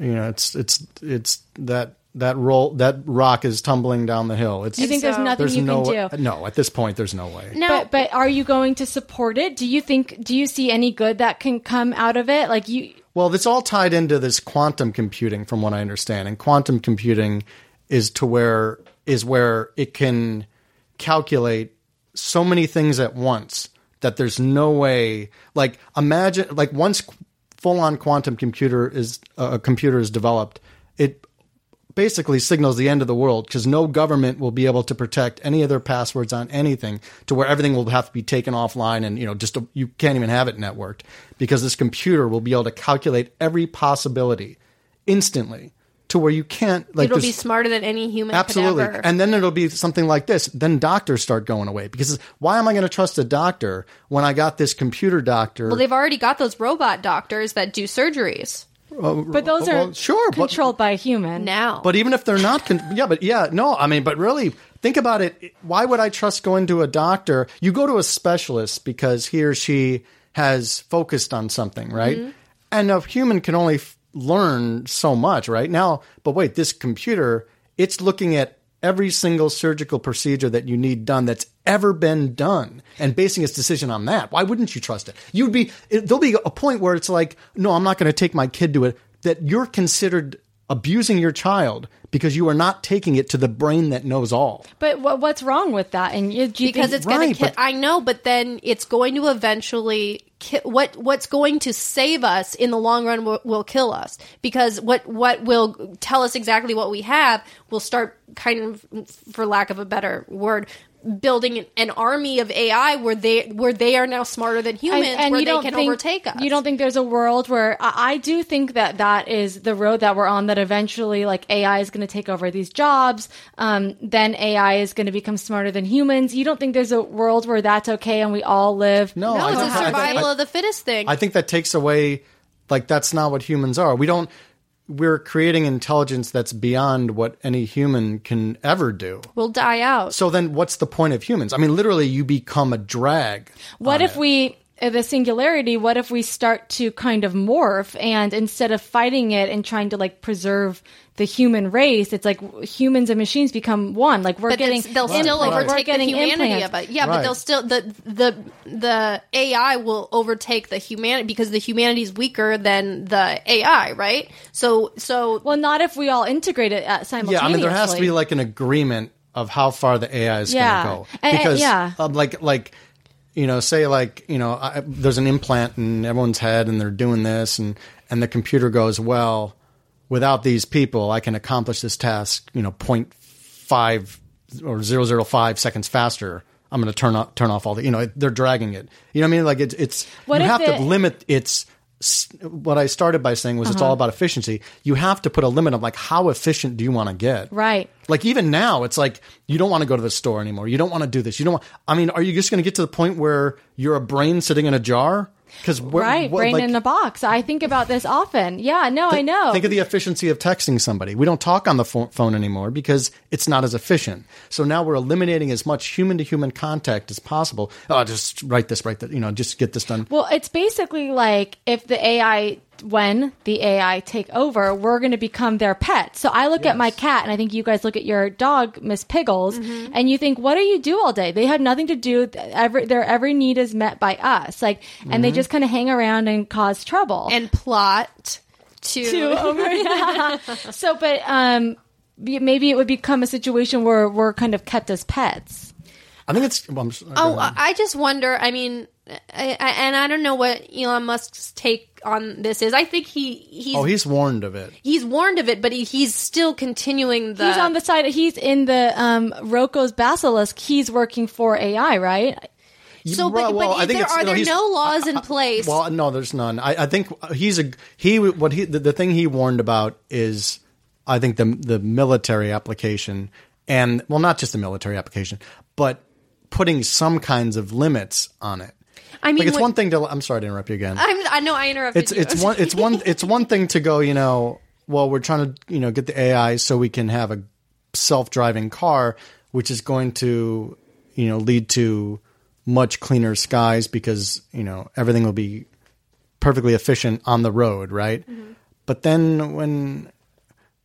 S3: you know, it's it's it's that that roll that rock is tumbling down the hill. It's
S1: You think there's
S2: So-
S1: nothing
S3: there's
S1: you
S3: no
S1: can do?
S3: no at this point. There's no way.
S2: No,
S1: But but are you going to support it? Do you think? Do you see any good that can come out of it? Like you,
S3: Well, it's all tied into this quantum computing, from what I understand. And quantum computing is to where is where it can calculate so many things at once that there's no way. Like imagine, like once full on quantum computer is uh, a computer is developed, it basically signals the end of the world because no government will be able to protect any of their passwords on anything to where everything will have to be taken offline and you know just you can't even have it networked because this computer will be able to calculate every possibility instantly to where you can't like
S2: it'll
S3: there's-
S2: be smarter than any human
S3: absolutely
S2: could ever.
S3: and then it'll be something like this then doctors start going away because why am i going to trust a doctor when i got this computer doctor
S2: well, they've already got those robot doctors that do surgeries
S1: but those are
S3: well, sure, but-
S1: controlled by a human.
S2: now.
S3: But even if they're not, con- yeah, but yeah, no, I mean, but really, think about it. Why would I trust going to a doctor? You go to a specialist because he or she has focused on something, right? And a human can only f- learn so much, right? Now, but wait, this computer, it's looking at every single surgical procedure that you need done that's ever been done and basing its decision on that why wouldn't you trust it you'd be it, there'll be a point where it's like no i'm not going to take my kid to it that you're considered abusing your child because you are not taking it to the brain that knows all.
S1: But what, what's wrong with that? And you, do you
S2: because
S1: think-
S2: it's going
S3: right,
S2: to kill.
S3: but-
S2: I know, but then it's going to eventually ki- what what's going to save us in the long run will, will kill us because what what will tell us exactly what we have will start kind of for lack of a better word building an- an army of AI where they where they are now smarter than humans, where they can
S1: think,
S2: overtake us.
S1: You don't think there's a world where I, I do think that that is the road that we're on. That eventually, like AI is going to take over these jobs. Um, then AI is going to become smarter than humans. You don't think there's a world where that's okay and we all live?
S3: No,
S2: No,
S3: I
S2: it's
S3: don't
S2: a
S3: think- I- I-
S2: survival of the fittest thing.
S3: I think that takes away like that's not what humans are. We don't we're creating intelligence that's beyond what any human can ever do.
S2: we'll die out.
S3: So then what's the point of humans? I mean literally you become a drag.
S1: What if we uh, the singularity? What if we start to kind of morph and instead of fighting it and trying to like preserve the human race, it's like w- humans and machines become one. Like we're
S2: but
S1: getting
S2: it's- they'll still
S1: we're
S2: overtake the
S1: getting
S2: humanity
S1: implants.
S2: of it. Yeah, but
S3: Right.
S2: they'll still the the the AI will overtake the humanity because the humanity is weaker than the AI, right? So so
S1: Well, not if we all integrate it uh,
S3: Yeah,
S1: simultaneously.
S3: I mean there has to be like an agreement of how far the AI is
S1: Yeah.
S3: going to
S1: And-
S3: go
S1: and-
S3: because
S1: yeah.
S3: um, like like you know say like you know I, there's an implant in everyone's head and they're doing this and and the computer goes well without these people I can accomplish this task you know point five or 005 seconds faster. I'm going to turn off turn off all the you know they're dragging it. You know what I mean? Like it's it's
S1: What
S3: you
S1: if
S3: have to
S1: it-
S3: limit its s- what I started by saying was it's
S1: Uh-huh.
S3: all about efficiency. You have to put a limit of like how efficient do you want to get?
S1: Right.
S3: Like even now, it's like you don't want to go to the store anymore. You don't want to do this. You don't. Want, I mean, are you just going to get to the point where you're a brain sitting in a jar? Because
S1: Right, brain in a box. I think about this often. Yeah, no, I know.
S3: Think of the efficiency of texting somebody. We don't talk on the pho- phone anymore because it's not as efficient. So now we're eliminating as much human to human contact as possible. Oh, just write this, write that. You know, just get this done.
S1: well, it's basically like if the AI, when the AI take over, we're going to become their pet. So I look at my cat, and I think you guys look at your dog, Miss Piggles, and you think, what do you do all day? They had nothing to do. Th- Every their every need is met by us, like, and they just kind of hang around and cause trouble.
S2: and plot to, um,
S1: to over- Yeah. so, but um, be- maybe it would become a situation where we're kind of kept as pets.
S3: I think it's. Well, I'm, sorry, go
S2: Oh,
S3: ahead.
S2: I I just wonder. I mean, I, I, and I don't know what Elon Musk's take on this is. I think he he's
S3: oh, he's warned of it.
S2: he's warned of it, but he, he's still continuing the.
S1: He's on the side. He's in the um, Rocco's basilisk. He's working for AI, right?
S2: so, but,
S3: well,
S2: but
S3: I
S2: is
S3: think
S2: there,
S3: it's-
S2: are
S3: no,
S2: there
S3: he's-
S2: no laws in place?
S3: Well, no, there's none. I, I think he's a he. What he the, the thing he warned about is, I think the the military application and well, not just the military application, but putting some kinds of limits on it.
S2: I mean,
S3: like it's
S2: what-
S3: one thing to. I'm sorry to interrupt you again.
S2: I'm, I know I interrupted
S3: it's
S2: you.
S3: it's one it's one it's one thing to go. You know, well, we're trying to you know get the AI so we can have a self driving car, which is going to you know lead to much cleaner skies because you know everything will be perfectly efficient on the road, right?
S2: Mm-hmm.
S3: But then when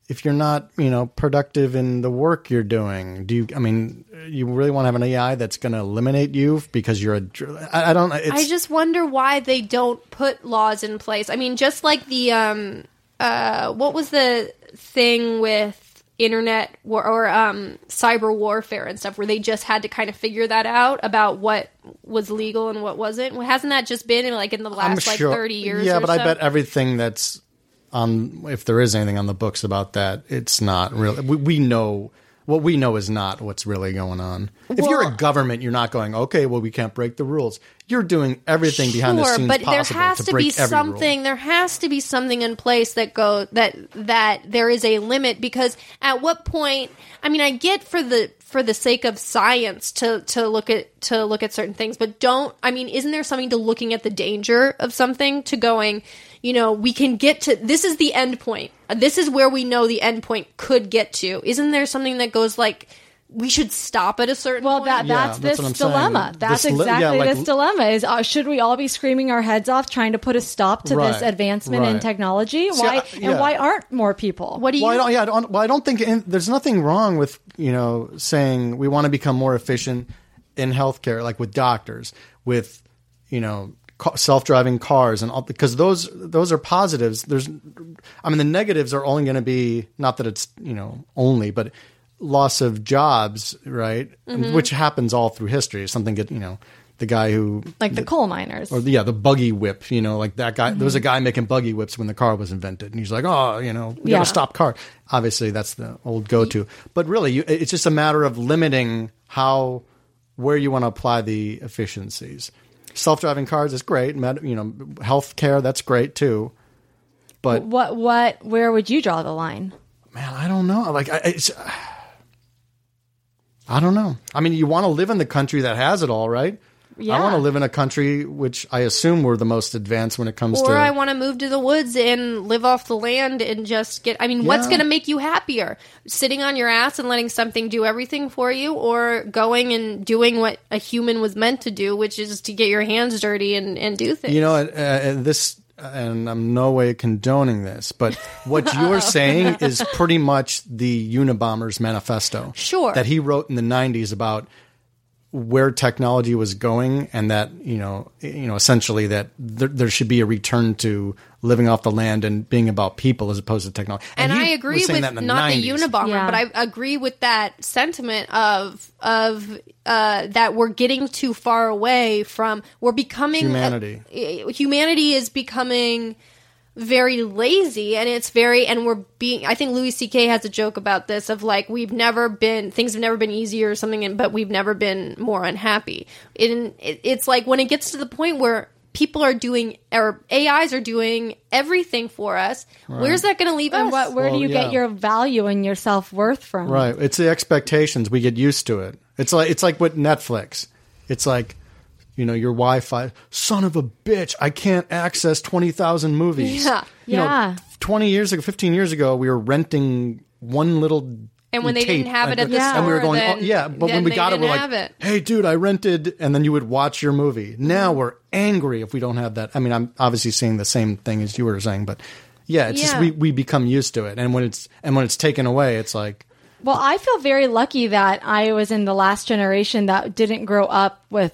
S3: if you're not, you know, productive in the work you're doing, do you? I mean, you really want to have an AI that's going to eliminate you because you're a? dr- I, I don't. It's,
S2: I just wonder why they don't put laws in place. I mean, just like the um, uh, what was the thing with internet war- or um, cyber warfare and stuff, where they just had to kind of figure that out about what was legal and what wasn't. Well, hasn't that just been like in the last like thirty years?
S3: Yeah,
S2: or
S3: but I
S2: so?
S3: bet everything that's on, if there is anything on the books about that, it's not really. We, we know what we know is not what's really going on. if you're a government, you're not going. Okay, well, we can't break the rules. You're doing everything behind the
S2: Sure,
S3: scenes
S2: but there
S3: possible
S2: has
S3: to,
S2: to,
S3: break
S2: be
S3: every rule.
S2: something. There has to be something in place that go that that there is a limit because at what point? I mean, I get for the for the sake of science to to look at to look at certain things, but don't. I mean, isn't there something to looking at the danger of something to going? You know, we can get to this is the end point. This is where we know the end point could get to. Isn't there something that goes like? We should stop at a certain
S1: Well,
S2: point.
S1: that
S3: Yeah,
S1: that's,
S3: that's what I'm
S1: this
S3: saying.
S1: dilemma. That's
S3: This li- yeah,
S1: exactly
S3: like-
S1: this dilemma. Is uh, should we all be screaming our heads off trying to put a stop to this
S3: Right,
S1: advancement in
S3: right.
S1: technology? why
S3: I-
S1: and
S3: yeah.
S1: why aren't more people?
S2: what do you?
S3: Well, I don't, yeah, I don't, well, I don't think in, there's nothing wrong with you know saying we want to become more efficient in healthcare, like with doctors, with you know ca- self-driving cars, and all because those those are positives. There's, I mean, the negatives are only going to be not that it's you know only, but loss of jobs, right?
S2: Mm-hmm.
S3: Which happens all through history. Something get you know the guy who
S1: like the coal miners?
S3: or the- yeah, the buggy whip. You know, like that guy. There was a guy making buggy whips when the car was invented, and he's like, "Oh, you know, we
S1: Yeah.
S3: gotta stop car." Obviously, that's the old go-to. But really, you, it's just a matter of limiting how where you want to apply the efficiencies. Self-driving cars is great. Med, you know, healthcare that's great too. But
S1: What? What? Where would you draw the line?
S3: man, I don't know. Like, I, it's, I don't know. I mean, you want to live in the country that has it all, right? I
S1: Yeah.
S3: want to live in a country which I assume we're the most advanced when it comes
S2: or
S3: to.
S2: I want to move to the woods and live off the land and just get. I mean, what's
S3: Yeah.
S2: going to make you happier? Sitting on your ass and letting something do everything for you, or going and doing what a human was meant to do, which is to get your hands dirty and, and do things.
S3: you know, uh, uh, this, and I'm no way condoning this, but what you're saying is pretty much the Unabomber's manifesto.
S2: Sure.
S3: That he wrote in the 90s about where technology was going and that, you know, you know, essentially that there, there should be a return to living off the land and being about people as opposed to technology.
S2: and
S3: he
S2: I
S3: was
S2: agree
S3: saying
S2: with
S3: that in the
S2: not
S3: 90s.
S2: the Unabomber,
S1: Yeah.
S2: but I agree with that sentiment of of uh, that we're getting too far away from we're becoming
S3: Humanity.
S2: uh, humanity is becoming very lazy, and it's very and we're being. I think Louis C.K. has a joke about this of like we've never been things have never been easier or something, and but we've never been more unhappy. In it, it's like when it gets to the point where. People are doing, or AIs are doing everything for us. Where's that going to leave
S1: And
S2: us?
S1: what? Where
S3: Well,
S1: do you
S3: yeah.
S1: get your value and your self worth from?
S3: Right. It's the expectations. We get used to it. It's like it's like with Netflix. It's like you know your Wi-Fi. Son of a bitch! I can't access twenty thousand movies.
S2: Yeah.
S3: You know,
S1: Yeah.
S3: Twenty years ago, fifteen years ago, we were renting one little.
S2: And when they
S3: tape,
S2: didn't have it at the
S3: and we were
S2: store,
S3: going,
S2: then-
S3: oh, yeah. But when
S2: then
S3: we
S2: they
S3: got it,
S2: didn't
S3: we're like,
S2: have it.
S3: hey, dude, I rented, and then you would watch your movie. Now
S2: Mm-hmm.
S3: we're angry if we don't have that. I mean, I'm obviously seeing the same thing as you were saying, but yeah, it's just
S2: Yeah.
S3: we, we become used to it, and when it's and when it's taken away, it's like
S1: Well, I feel very lucky that I was in the last generation that didn't grow up with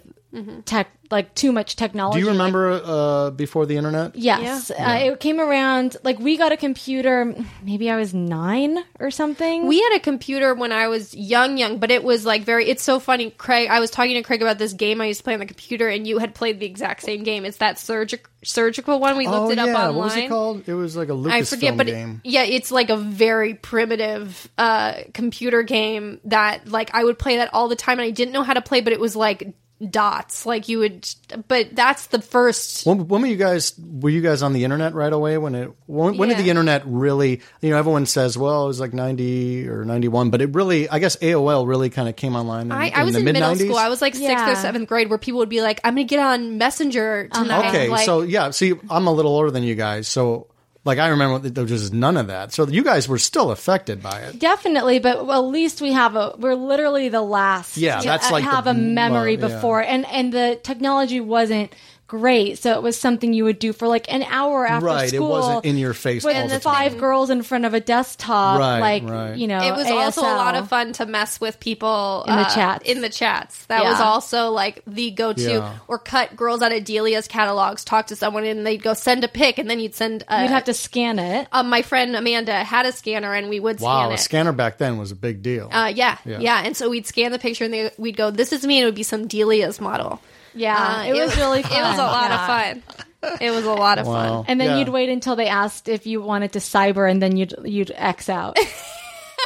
S1: tech, like too much technology.
S3: Do you
S1: like
S3: remember uh, before the internet?
S1: Yes. Uh, it came around, like, we got a computer, maybe I was nine or something.
S2: We had a computer when I was young, young, but it was like very. It's so funny, Craig. I was talking to Craig about this game I used to play on the computer, and you had played the exact same game. It's that surgic surgical one. We looked it up online.
S3: Oh, What was it called? It was like a Lucasfilm
S2: I forget, but it-
S3: game.
S2: yeah, it's like a very primitive uh, computer game that like I would play that all the time, and I didn't know how to play, but it was like dots, like you would. But that's the first.
S3: when, when were you guys? Were you guys on the internet right away? When it? When, when did
S2: Yeah.
S3: the internet really? You know, everyone says, "Well, it was like ninety or ninety-one," but it really, I guess, AOL really kind of came online. In,
S2: I, I was
S3: the
S2: in
S3: mid
S2: middle
S3: nineties.
S2: school. I was like sixth or
S1: Yeah.
S2: seventh grade, where people would be like, "I'm gonna get on Messenger tonight."
S3: Uh-huh. okay,
S2: like,
S3: so yeah, see, I'm a little older than you guys, so like I remember that there was just none of that. So you guys were still affected by it.
S1: Definitely, but at least we have a, we're literally the last
S3: Yeah,
S1: to
S3: that's like
S1: have
S3: the
S1: a memory
S3: mo- yeah.
S1: before. And, and the technology wasn't great. So it was something you would do for like an hour after
S3: Right, it
S1: school.
S3: wasn't in your face
S1: With
S3: all the
S1: five
S3: time.
S1: girls in front of a desktop.
S3: Right,
S1: like,
S3: right.
S1: you know,
S2: it was also a
S1: ASL.
S2: lot of fun to mess with people uh,
S1: In the chats.
S2: In the chats, that was
S1: Yeah.
S2: also like the go-to.
S3: Yeah.
S2: Or cut girls out of Delia's catalogs, talk to someone, and they'd go send a pic, and then you'd send. A,
S1: You'd have to scan it.
S2: Uh, my friend Amanda had a scanner, and we would
S3: Wow,
S2: scan it.
S3: a scanner back then was a big deal.
S2: uh, yeah, yeah, and so we'd scan the picture, and they, we'd go, "This is me," and it would be some Delia's model.
S1: Yeah,
S2: Uh,
S1: it, was really fun.
S2: It was a lot
S1: Yeah.
S2: of fun. It was a lot of
S3: Wow.
S2: fun.
S1: And then
S3: Yeah.
S1: you'd wait until they asked if you wanted to cyber, and then you'd you'd X out,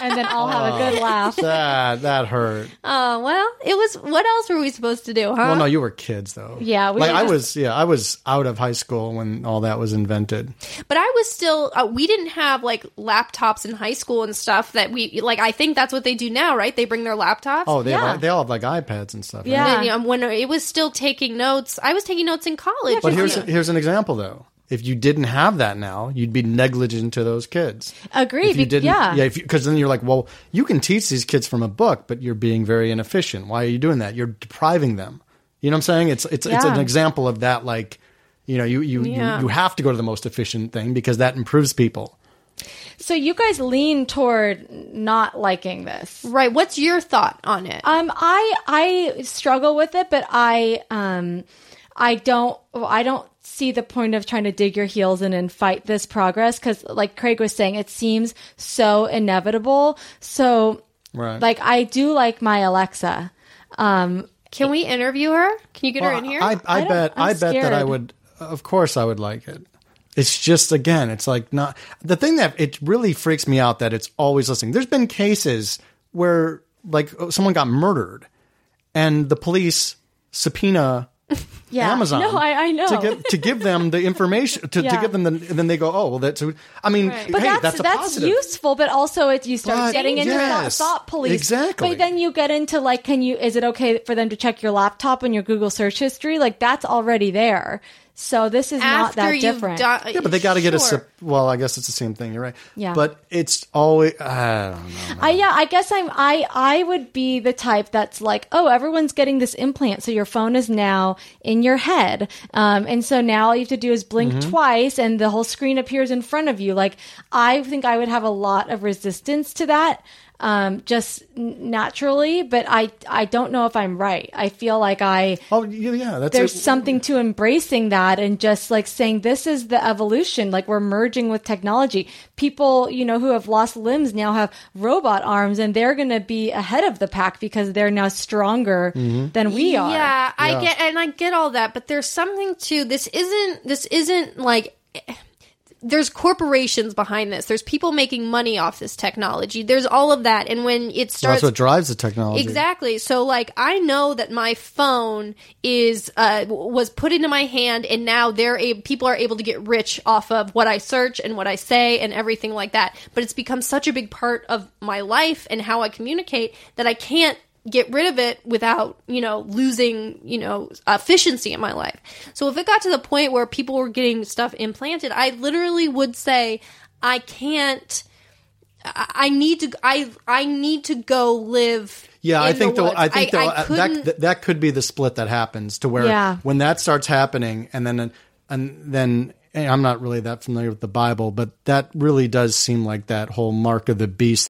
S1: and then I'll have a good laugh.
S3: That that hurt.
S2: Oh well, it was. What else were we supposed to do, huh?
S3: Well, no, you were kids though.
S1: Yeah, we
S3: like
S1: were
S3: I
S1: just-
S3: was. Yeah, I was out of high school when all that was invented.
S2: But I was still, uh, we didn't have like laptops in high school and stuff that we, like, I think that's what they do now, right? They bring their laptops.
S3: Oh, they
S1: Yeah.
S3: have, they all have like iPads and stuff. right?
S1: Yeah.
S2: And, um, when it was still taking notes, I was taking notes in college.
S3: But here's
S2: Yeah.
S3: here's an example though. If you didn't have that now, you'd be negligent to those kids.
S1: Agree,
S3: If you
S1: be-
S3: didn't,
S1: yeah.
S3: yeah, because then you're like, well, you can teach these kids from a book, but you're being very inefficient. Why are you doing that? You're depriving them. You know what I'm saying? It's it's it's
S1: Yeah.
S3: an example of that. Like, you know, you you,
S2: Yeah.
S3: you you have to go to the most efficient thing because that improves people.
S1: So you guys lean toward not liking this.
S2: right. What's your thought on it?
S1: Um, I I struggle with it, but I um, I don't I don't see the point of trying to dig your heels in and fight this progress because, like Craig was saying, it seems so inevitable. So,
S3: Right.
S1: like, I do like my Alexa. Um,
S2: Can we interview her? Can you get her
S3: Well,
S2: in here?
S3: I, I,
S1: I don't-
S3: bet
S1: I'm
S3: i bet that I
S1: scared.
S3: would of course I would like it. It's just again, it's like not the thing that it really freaks me out that it's always listening. There's been cases where like someone got oh, murdered and the police subpoena
S1: Yeah.
S3: Amazon.
S1: No, I, I know.
S3: to give to give them the information to, to
S1: Yeah.
S3: give them the and then they go oh well that's who- I mean
S2: Right.
S1: But
S3: hey
S1: that's
S3: that's, a positive
S1: useful, but also it you start
S3: But-
S1: getting into thought,
S3: yes,
S1: thought police.
S3: exactly.
S1: But then you get into like, can you? Is it okay for them to check your laptop and your Google search history? Like that's already there. So this is not that different.
S2: done,
S3: yeah but they got to get a
S2: Sure.
S3: sup- well I guess it's the same thing you're right
S1: Yeah.
S3: but it's always I don't know
S1: I, yeah, I guess I'm. I I would be the type that's like, oh, everyone's getting this implant, so your phone is now in your head, um, and so now all you have to do is blink twice, and the whole screen appears in front of you. Like, I think I would have a lot of resistance to that, um, just n- naturally. But I I don't know if I'm right. I feel like I
S3: oh yeah, yeah that's
S1: there's
S3: it.
S1: something to embracing that and just like saying this is the evolution like we're merging with technology people you know who have lost limbs now have robot arms and they're going to be ahead of the pack because they're now stronger
S3: Mm-hmm.
S1: than we are
S2: Yeah, I get and I get all that, but there's something to this isn't this isn't like there's corporations behind this. There's people making money off this technology. There's all of that. And when it
S3: Well,
S2: starts
S3: that's what drives the technology
S2: Exactly. So like I know that my phone is uh w- was put into my hand and now they're a- people are able to get rich off of what I search and what I say and everything like that. But it's become such a big part of my life and how I communicate that I can't get rid of it without, you know, losing, you know, efficiency in my life. So if it got to the point where people were getting stuff implanted, I literally would say I can't I need to I I need to go live.
S3: Yeah, I
S2: in
S3: think
S2: the,
S3: the,
S2: woods.
S3: I think
S2: I,
S3: the- uh,
S2: couldn't.
S3: that that could be the split that happens to where
S1: Yeah.
S3: when that starts happening, and then and then and I'm not really that familiar with the Bible, but that really does seem like that whole mark of the beast.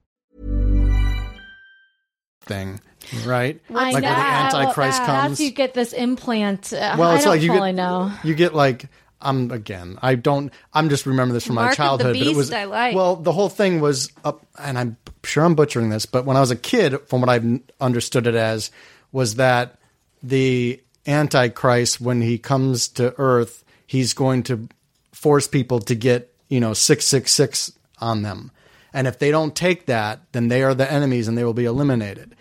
S3: thing, right?
S1: I
S3: like
S1: know.
S3: where the Antichrist
S1: well,
S3: comes.
S1: that's you get this implant uh,
S3: well,
S1: i
S3: it's
S1: don't
S3: like you
S1: fully
S3: get
S1: know
S3: you get like. I'm again. I don't. I'm just remembering this from
S2: Mark
S3: my
S2: of the
S3: childhood. but it
S2: Beast
S3: was
S2: I like.
S3: well. The whole thing was up, and I'm sure I'm butchering this, but when I was a kid, from what I understood it as, was that the Antichrist, when he comes to Earth, he's going to force people to get you know six six six on them, and if they don't take that, then they are the enemies and they will be eliminated.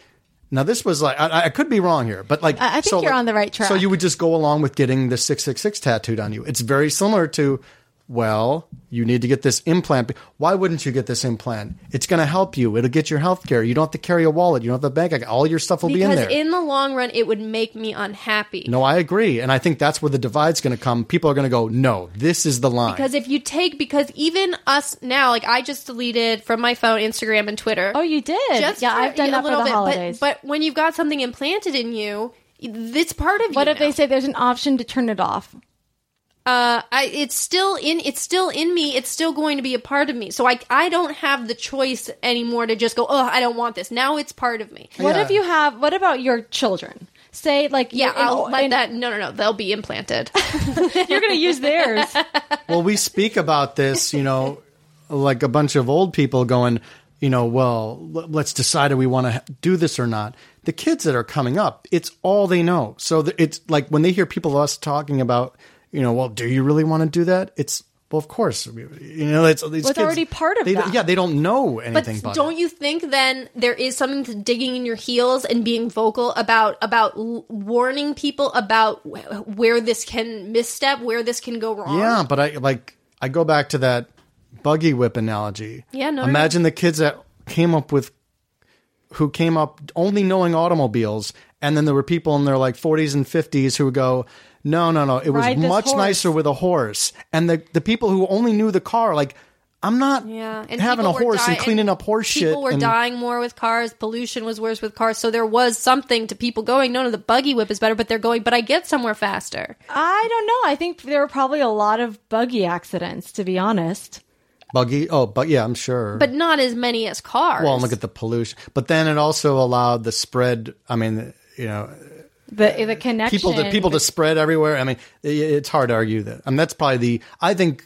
S3: Now this was like I, I could be wrong here, but like
S1: I- I think
S3: so,
S1: you're
S3: like-
S1: on the right track.
S3: So you would just go along with getting the 666 tattooed on you. It's very similar to, well, you need to get this implant. Why wouldn't you get this implant? It's going to help you. It'll get your health care. You don't have to carry a wallet. You don't have a bank account. All your stuff will be in
S2: because
S3: there.
S2: in, the long run, it would make me unhappy.
S3: no, I agree. And I think that's where the divide's going to come. People are going to go, no, this is the line.
S2: Because if you take, because even us now, like I just deleted from my phone Instagram and Twitter.
S1: oh you did
S2: Just
S1: yeah
S2: for
S1: i've done
S2: a
S1: that for the
S2: little bit, but-
S1: holidays
S2: But, when you've got something implanted in you, it's part of
S1: what
S2: you.
S1: if they
S2: now.
S1: say there's an option to turn it off
S2: uh, I, it's still in it's still in me it's still going to be a part of me so I, I don't have the choice anymore to just go oh i don't want this now it's part of me
S1: What
S3: Yeah.
S1: if you have? What about your children? Say like
S2: yeah
S1: you're in-
S2: i'll let
S1: in-
S2: that no no no they'll be implanted
S1: You're gonna use theirs.
S3: well, we speak about this, you know, like a bunch of old people going, you know, well, l- let's decide if we want to do this or not. The kids that are coming up, it's all they know. So th- it's like when they hear people us talking about, you know, well, do you really want to do that? It's well, of course, you know, it's these
S1: Well, it's
S3: kids-
S1: already part of
S3: they don't-
S1: that.
S3: Yeah, they don't know anything.
S2: But
S3: about it.
S2: don't you think then there is something to digging in your heels and being vocal about about l- warning people about wh- where this can misstep, where this can go wrong?
S3: Yeah, but I like I go back to that buggy whip analogy.
S2: Yeah, no, no,
S3: Imagine the kids that came up with who came up only knowing automobiles, and then there were people in their like 40s and 50s who would go, "No, no, no, it was
S1: Ride this
S3: much
S1: horse."
S3: nicer with a horse." And the the people who only knew the car, like, I'm not
S2: Yeah,
S3: having a
S2: Uh, people were
S3: horse
S2: dying-
S3: and cleaning up horse shit.
S2: People were
S3: and-
S2: dying more with cars. Pollution was worse with cars. So there was something to people going, no, no, the buggy whip is better, but they're going, but I get somewhere faster.
S1: I don't know. I think there were probably a lot of buggy accidents, to be honest.
S3: Buggy? Oh, but yeah, I'm sure.
S2: but not as many as cars.
S3: well, and look at the pollution. But then it also allowed the spread. I mean, you know,
S1: The the connection.
S3: people to people to spread everywhere. I mean, i it's hard to argue that. I mean, that's probably the. I think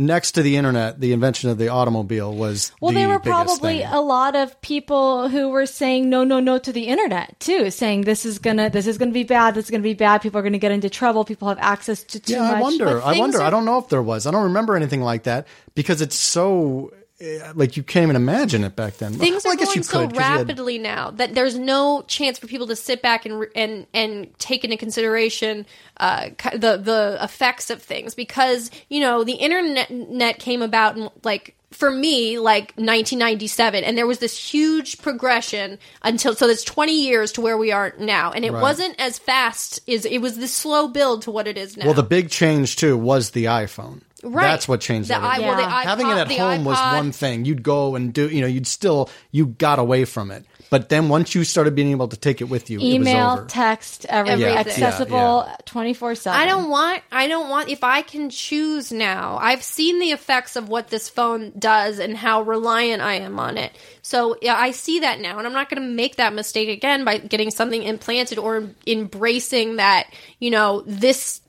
S3: next to the internet, the invention of the automobile was.
S1: Well,
S3: the
S1: there were
S3: biggest
S1: probably
S3: thing.
S1: a lot of people who were saying no, no, no to the internet too, saying this is gonna, this is gonna be bad, this is gonna be bad. People are gonna get into trouble. People have access to too
S3: yeah,
S1: much.
S3: I wonder.
S2: but
S3: I
S2: things
S3: wonder. I
S2: are-
S3: don't know if there was. I don't remember anything like that because it's so eh, like you can't even imagine it back then.
S2: Things
S3: Well,
S2: are
S3: I guess
S2: going
S3: you
S2: so
S3: could 'cause you had-
S2: rapidly now that there's no chance for people to sit back and re- and and take into consideration uh, ki- the the effects of things because you know the internet net came about in, like for me like 1997 and there was this huge progression until so that's 20 years to where we are now and it
S3: Right.
S2: wasn't as fast as it was this slow build to what it is now.
S3: Well, the big change too was the iPhone.
S2: Right.
S3: That's what changed
S2: the
S3: everything.
S2: i- well, the
S1: Yeah.
S3: Having
S2: iPod-
S3: it at
S2: the
S3: home was
S2: iPod.
S3: one thing. You'd go and do, you know, you'd still you got away from it. But then once you started being able to take it with you, it was
S1: email,
S3: over.
S1: text, everything,
S2: Everything. Yeah, yeah,
S1: accessible twenty four seven.
S2: I don't want. I don't want. If I can choose now, I've seen the effects of what this phone does and how reliant I am on it. So yeah, I see that now, and I'm not going to make that mistake again by getting something implanted or embracing that. You know, this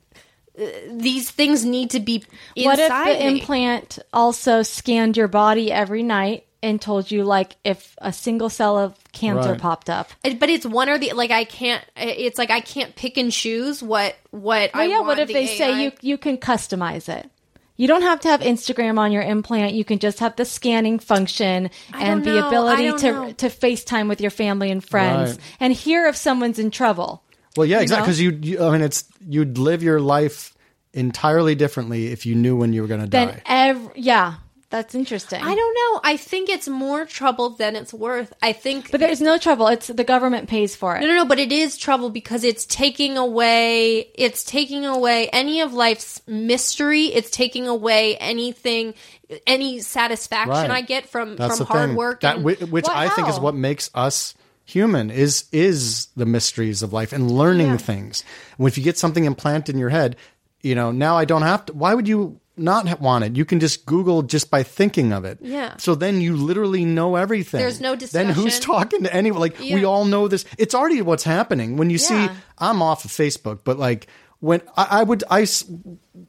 S2: uh, these things need to be
S1: What if the
S2: inside me.
S1: implant also scanned your body every night and told you like if a single cell of cancer
S3: Right.
S1: popped up?
S2: Uh, But it's one or the like. I can't. It's like I can't pick and choose what what. I
S1: Well, yeah.
S2: want
S1: What if
S2: the
S1: they
S2: AI
S1: say you you can customize it? You don't have to have Instagram on your implant. You can just have the scanning function and
S2: don't
S1: the
S2: know. I
S1: ability
S2: don't
S1: to
S2: know.
S1: to FaceTime with your family and friends
S3: Right.
S1: and hear if someone's in trouble.
S3: Well, yeah, exactly.
S1: know?
S3: Because you, you, I mean, it's you'd live your life entirely differently if you knew when you were going to
S1: Then
S3: die.
S1: every yeah, that's interesting.
S2: I don't know. I think it's more trouble than it's worth. I think.
S1: But there's no trouble. It's the government pays for it.
S2: No, no, no, but it is trouble because it's taking away it's taking away any of life's mystery. It's taking away anything any satisfaction
S3: Right.
S2: I get from from
S3: That's the
S2: hard
S3: thing.
S2: work
S3: that
S2: and-
S3: whi- which
S1: Well,
S3: I think is
S1: how?
S3: what makes us human is is the mysteries of life and learning things. When if you get something implanted in your head, you know now I don't have to. Why would you not ha- want it? You can just Google just by thinking of it.
S2: Yeah.
S3: So then you literally know everything.
S2: There's no
S3: Then who's
S2: discussion.
S3: talking to anyone? Like we
S2: Yeah.
S3: all know this. It's already what's happening when you see.
S1: Yeah.
S3: I'm off of Facebook, but like. When I, I would, I s-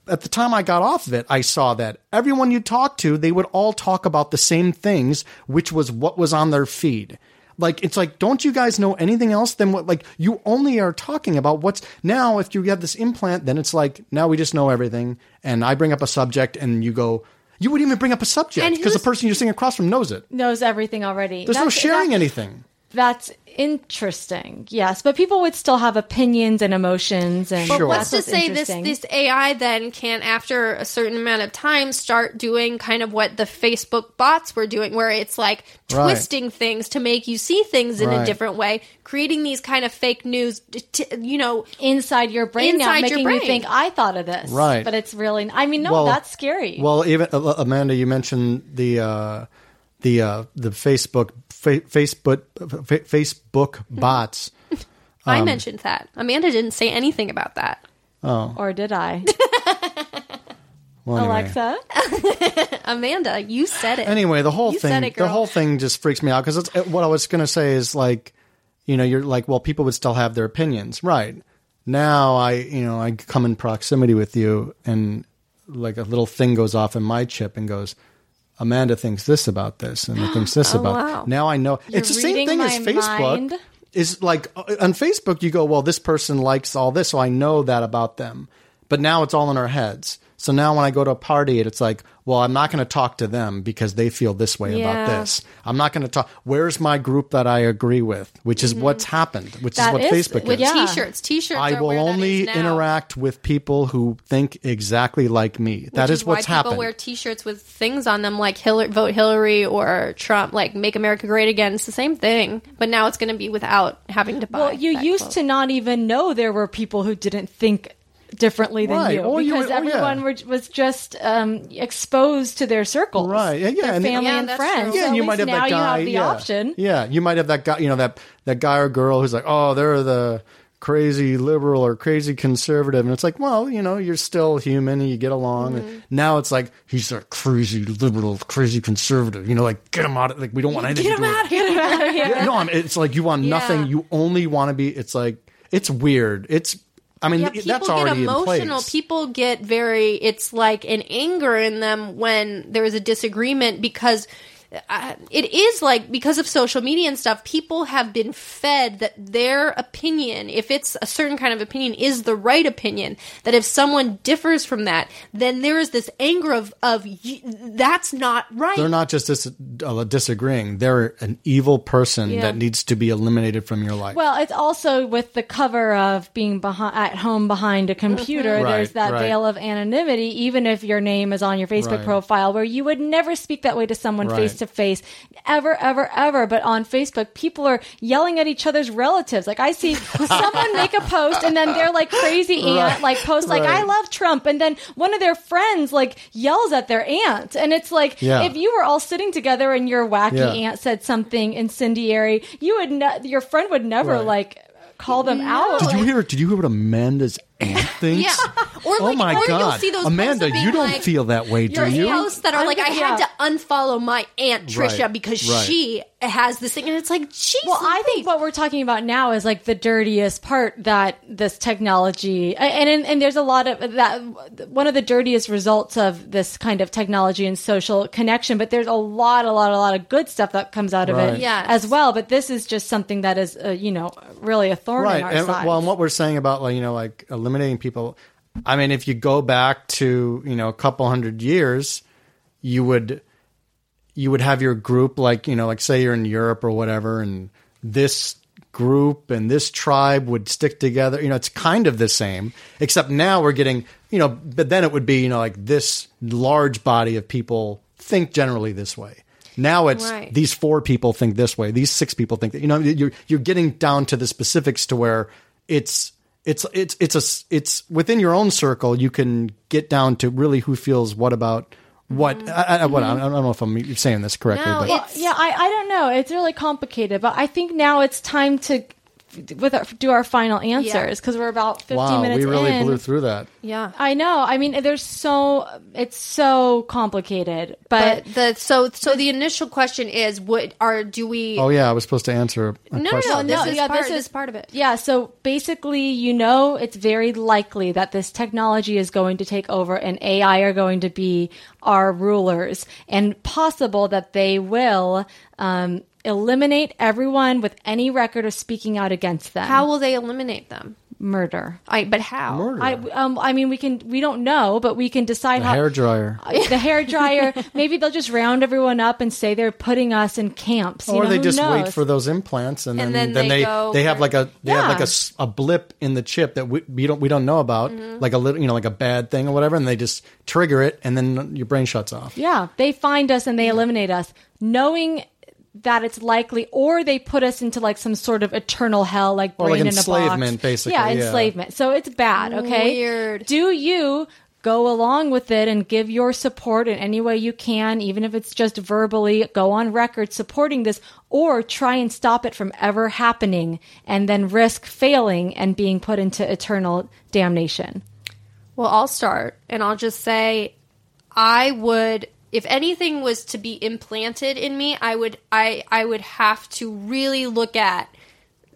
S3: at the time I got off of it, I saw that everyone you talked to, they would all talk about the same things, which was what was on their feed. Like it's like, don't you guys know anything else than what? Like you only are talking about what's now. If you have this implant, then it's like now we just know everything. And I bring up a subject, and you go, you wouldn't even bring up a subject
S2: And
S3: because the
S2: who's-
S3: person you're sitting across from knows it.
S1: knows everything already.
S3: There's no
S1: That's-
S3: sharing
S1: that's-
S3: anything.
S1: That's interesting. Yes, but people would still have opinions and emotions and
S3: But Sure.
S2: What's
S1: that's
S2: to say this
S1: interesting.
S2: this AI then can after a certain amount of time start doing kind of what the Facebook bots were doing where it's like
S3: Right.
S2: twisting things to make you see things in
S3: Right.
S2: a different way, creating these kind of fake news t- t- you know
S1: inside your brain now,
S2: Inside your
S1: making
S2: brain.
S1: you think I thought of this.
S3: Right.
S1: But it's really I mean, no, that's scary.
S3: Well, even uh, Amanda, you mentioned the uh, the uh, the Facebook fa- Facebook fa- Facebook
S1: Mm-hmm.
S3: bots. Um,
S2: I mentioned that. Amanda didn't say anything about that.
S1: or did I?
S3: Well, anyway.
S1: Alexa?
S2: Amanda, you said it.
S3: Anyway, the whole
S2: You said
S3: thing,
S2: it,
S3: the
S2: girl.
S3: whole thing just freaks me out because what I was going to say is like, you know, you're like, well, people would still have their opinions, right? Now I, you know, I come in proximity with you, and like a little thing goes off in my chip and goes, Amanda thinks this about this, and thinks this about.
S2: wow.
S3: Now I know it's the same
S1: Oh, reading
S3: thing as
S1: my
S3: Facebook.
S1: mind.
S3: Is like uh, on Facebook, you go, well, this person likes all this, so I know that about them. But now it's all in our heads. So now when I go to a party, and it's like, well, I'm not going to talk to them because they feel this way about
S2: Yeah.
S3: this. I'm not going to talk. Where's my group that I agree with? Which
S2: Mm-hmm.
S3: is what's happened. Which is
S1: That
S3: what
S1: is-
S3: Facebook
S1: with
S3: is.
S1: Yeah.
S2: T-shirts, T-shirts.
S3: I
S2: are
S3: will
S2: where that
S3: only
S2: is now.
S3: interact with people who think exactly like me.
S2: Which
S3: That is,
S2: why
S3: what's
S2: people
S3: happened.
S2: wear T-shirts with things on them, like Hillary, "Vote Hillary" or Trump, like "Make America Great Again." It's the same thing, but now it's going to be without having to buy.
S1: Well, you
S2: that
S1: used
S2: quote.
S1: to not even know there were people who didn't think differently than
S3: Right.
S1: you
S3: Or you
S1: because
S3: would- oh, yeah.
S1: everyone were, was just um, exposed to their circles,
S3: Right. Yeah, yeah.
S1: Their
S3: And-
S1: family
S2: Yeah,
S1: and
S2: that's
S1: friends.
S2: true.
S3: Yeah,
S1: So
S3: and
S1: at
S3: you
S1: least
S3: might have
S1: now
S3: that
S1: you
S3: guy.
S1: have the
S3: yeah.
S1: option.
S3: Yeah, you might have that guy. You know that that guy or girl who's like, oh, they're the crazy liberal or crazy conservative. And it's like, well, you know, you're still human and you get along. And
S1: Mm-hmm.
S3: now it's like, he's a crazy liberal, crazy conservative. You know, like, get him out of Like, we don't want anything
S2: Get
S3: to
S2: him
S3: do with
S2: out of here.
S3: yeah, no, I'm, it's like you want
S2: Yeah.
S3: nothing. You only want to be. It's like it's weird. It's. I mean,
S2: Yeah,
S3: th-
S2: people
S3: that's
S2: get
S3: already in
S2: emotional.
S3: place.
S2: People get very. It's like an anger in them when there is a disagreement because uh, it is like because of social media and stuff. People have been fed that their opinion, if it's a certain kind of opinion, is the right opinion. That if someone differs from that, then there is this anger of of "You- that's not right.
S3: they're not just dis- uh, disagreeing. They're an evil person
S2: Yeah.
S3: that needs to be eliminated from your life.
S1: Well, it's also with the cover of being behi- at home behind a computer.
S3: Mm-hmm. Right,
S1: there's that
S3: right.
S1: veil of anonymity, even if your name is on your Facebook
S3: Right.
S1: profile, where you would never speak that way to someone
S3: Right.
S1: face to face, ever, ever, ever. But on Facebook, people are yelling at each other's relatives. Like I see someone make a post, and then they're like crazy aunt, like post like
S3: right.
S1: I love Trump, and then one of their friends like yells at their aunt, and it's like
S3: Yeah.
S1: if you were all sitting together and your wacky
S3: Yeah.
S1: aunt said something incendiary, you would ne- your friend would never
S3: Right.
S1: like call them out.
S3: did you hear? Did you hear what Amanda's aunt thinks?
S2: oh, Yeah. Or
S3: oh
S2: like-
S3: my
S2: or you'll
S3: god,
S2: see those posts
S3: Amanda,
S2: of being
S3: you don't
S2: like,
S3: feel that way, do
S2: Your
S3: you?
S2: posts that are
S1: I'm
S2: like, I
S1: gonna-
S2: had
S1: yeah.
S2: to unfollow my aunt Trisha
S3: Right,
S2: because
S3: right.
S2: she has this thing, and it's like, Jesus.
S1: Well, I think what we're talking about now is like the dirtiest part that this technology and and, and there's a lot of that one of the dirtiest results of this kind of technology and social connection, but there's a lot a lot a lot of good stuff that comes out of
S3: Right.
S1: it
S2: Yes.
S1: as well, but this is just something that is uh, you know really a thorn in our
S3: and,
S1: side.
S3: Well, and what we're saying about like you know like eliminating people. I mean, if you go back to you know a couple hundred years, you would you would have your group like you know like say you're in Europe or whatever, and this group and this tribe would stick together. You know, it's kind of the same, except now we're getting you know. But then it would be you know like this large body of people think generally this way. Now it's
S2: Right.
S3: these four people think this way these six people think that you know you're you're getting down to the specifics to where it's it's it's it's a s- it's within your own circle you can get down to really who feels what about what I, I, what I, don't- I don't know if I'm saying this correctly
S2: Mm-hmm. No,
S3: but
S2: it's-
S1: yeah, I, I don't know. It's really complicated, but I think now it's time to with our, do our final answers because we're about 15
S3: wow
S1: minutes
S3: we really
S1: in.
S3: blew through that
S2: yeah.
S1: I know. I mean, there's so it's so complicated, but,
S2: But Uh, the so so the initial question is what are do we
S3: oh yeah I was supposed to answer a
S2: no,
S3: question.
S2: no, no, this
S1: No,
S2: is
S1: yeah,
S2: part
S1: this
S2: this
S1: is-
S2: is part of it.
S1: yeah. So basically, you know, it's very likely that this technology is going to take over, and AI are going to be our rulers, and possible that they will um, eliminate everyone with any record of speaking out against them.
S2: How will they eliminate them?
S1: murder?
S2: I but how?
S1: I, um, I mean, we can. We don't know, but we can decide
S3: a
S1: how.
S3: hair dryer
S1: the hair dryer. Maybe they'll just round everyone up and say they're putting us in camps. you
S3: or
S1: know,
S3: they
S1: who
S3: just wait
S1: knows?
S3: for those implants, and then
S2: And
S3: then,
S2: then they
S3: they
S2: go
S3: they have
S2: for-
S3: like a they have like
S1: Yeah.
S3: a, s- a blip in the chip that we, we don't we don't know about,
S1: Mm-hmm.
S3: like a little you know like a bad thing or whatever, and they just trigger it, and then your brain shuts off.
S1: Yeah, they find us and they eliminate us, knowing that it's likely, or they put us into like some sort of eternal hell, like
S3: Or,
S1: brain
S3: like,
S1: in a
S3: enslavement,
S1: box.
S3: basically,
S1: Yeah,
S3: yeah.
S1: enslavement. So it's bad. Okay,
S2: Weird.
S1: Do you? Go along with it and give your support in any way you can, even if it's just verbally, go on record supporting this, or try and stop it from ever happening and then risk failing and being put into eternal damnation.
S2: Well, I'll start and I'll just say I would if anything was to be implanted in me, I would I I would have to really look at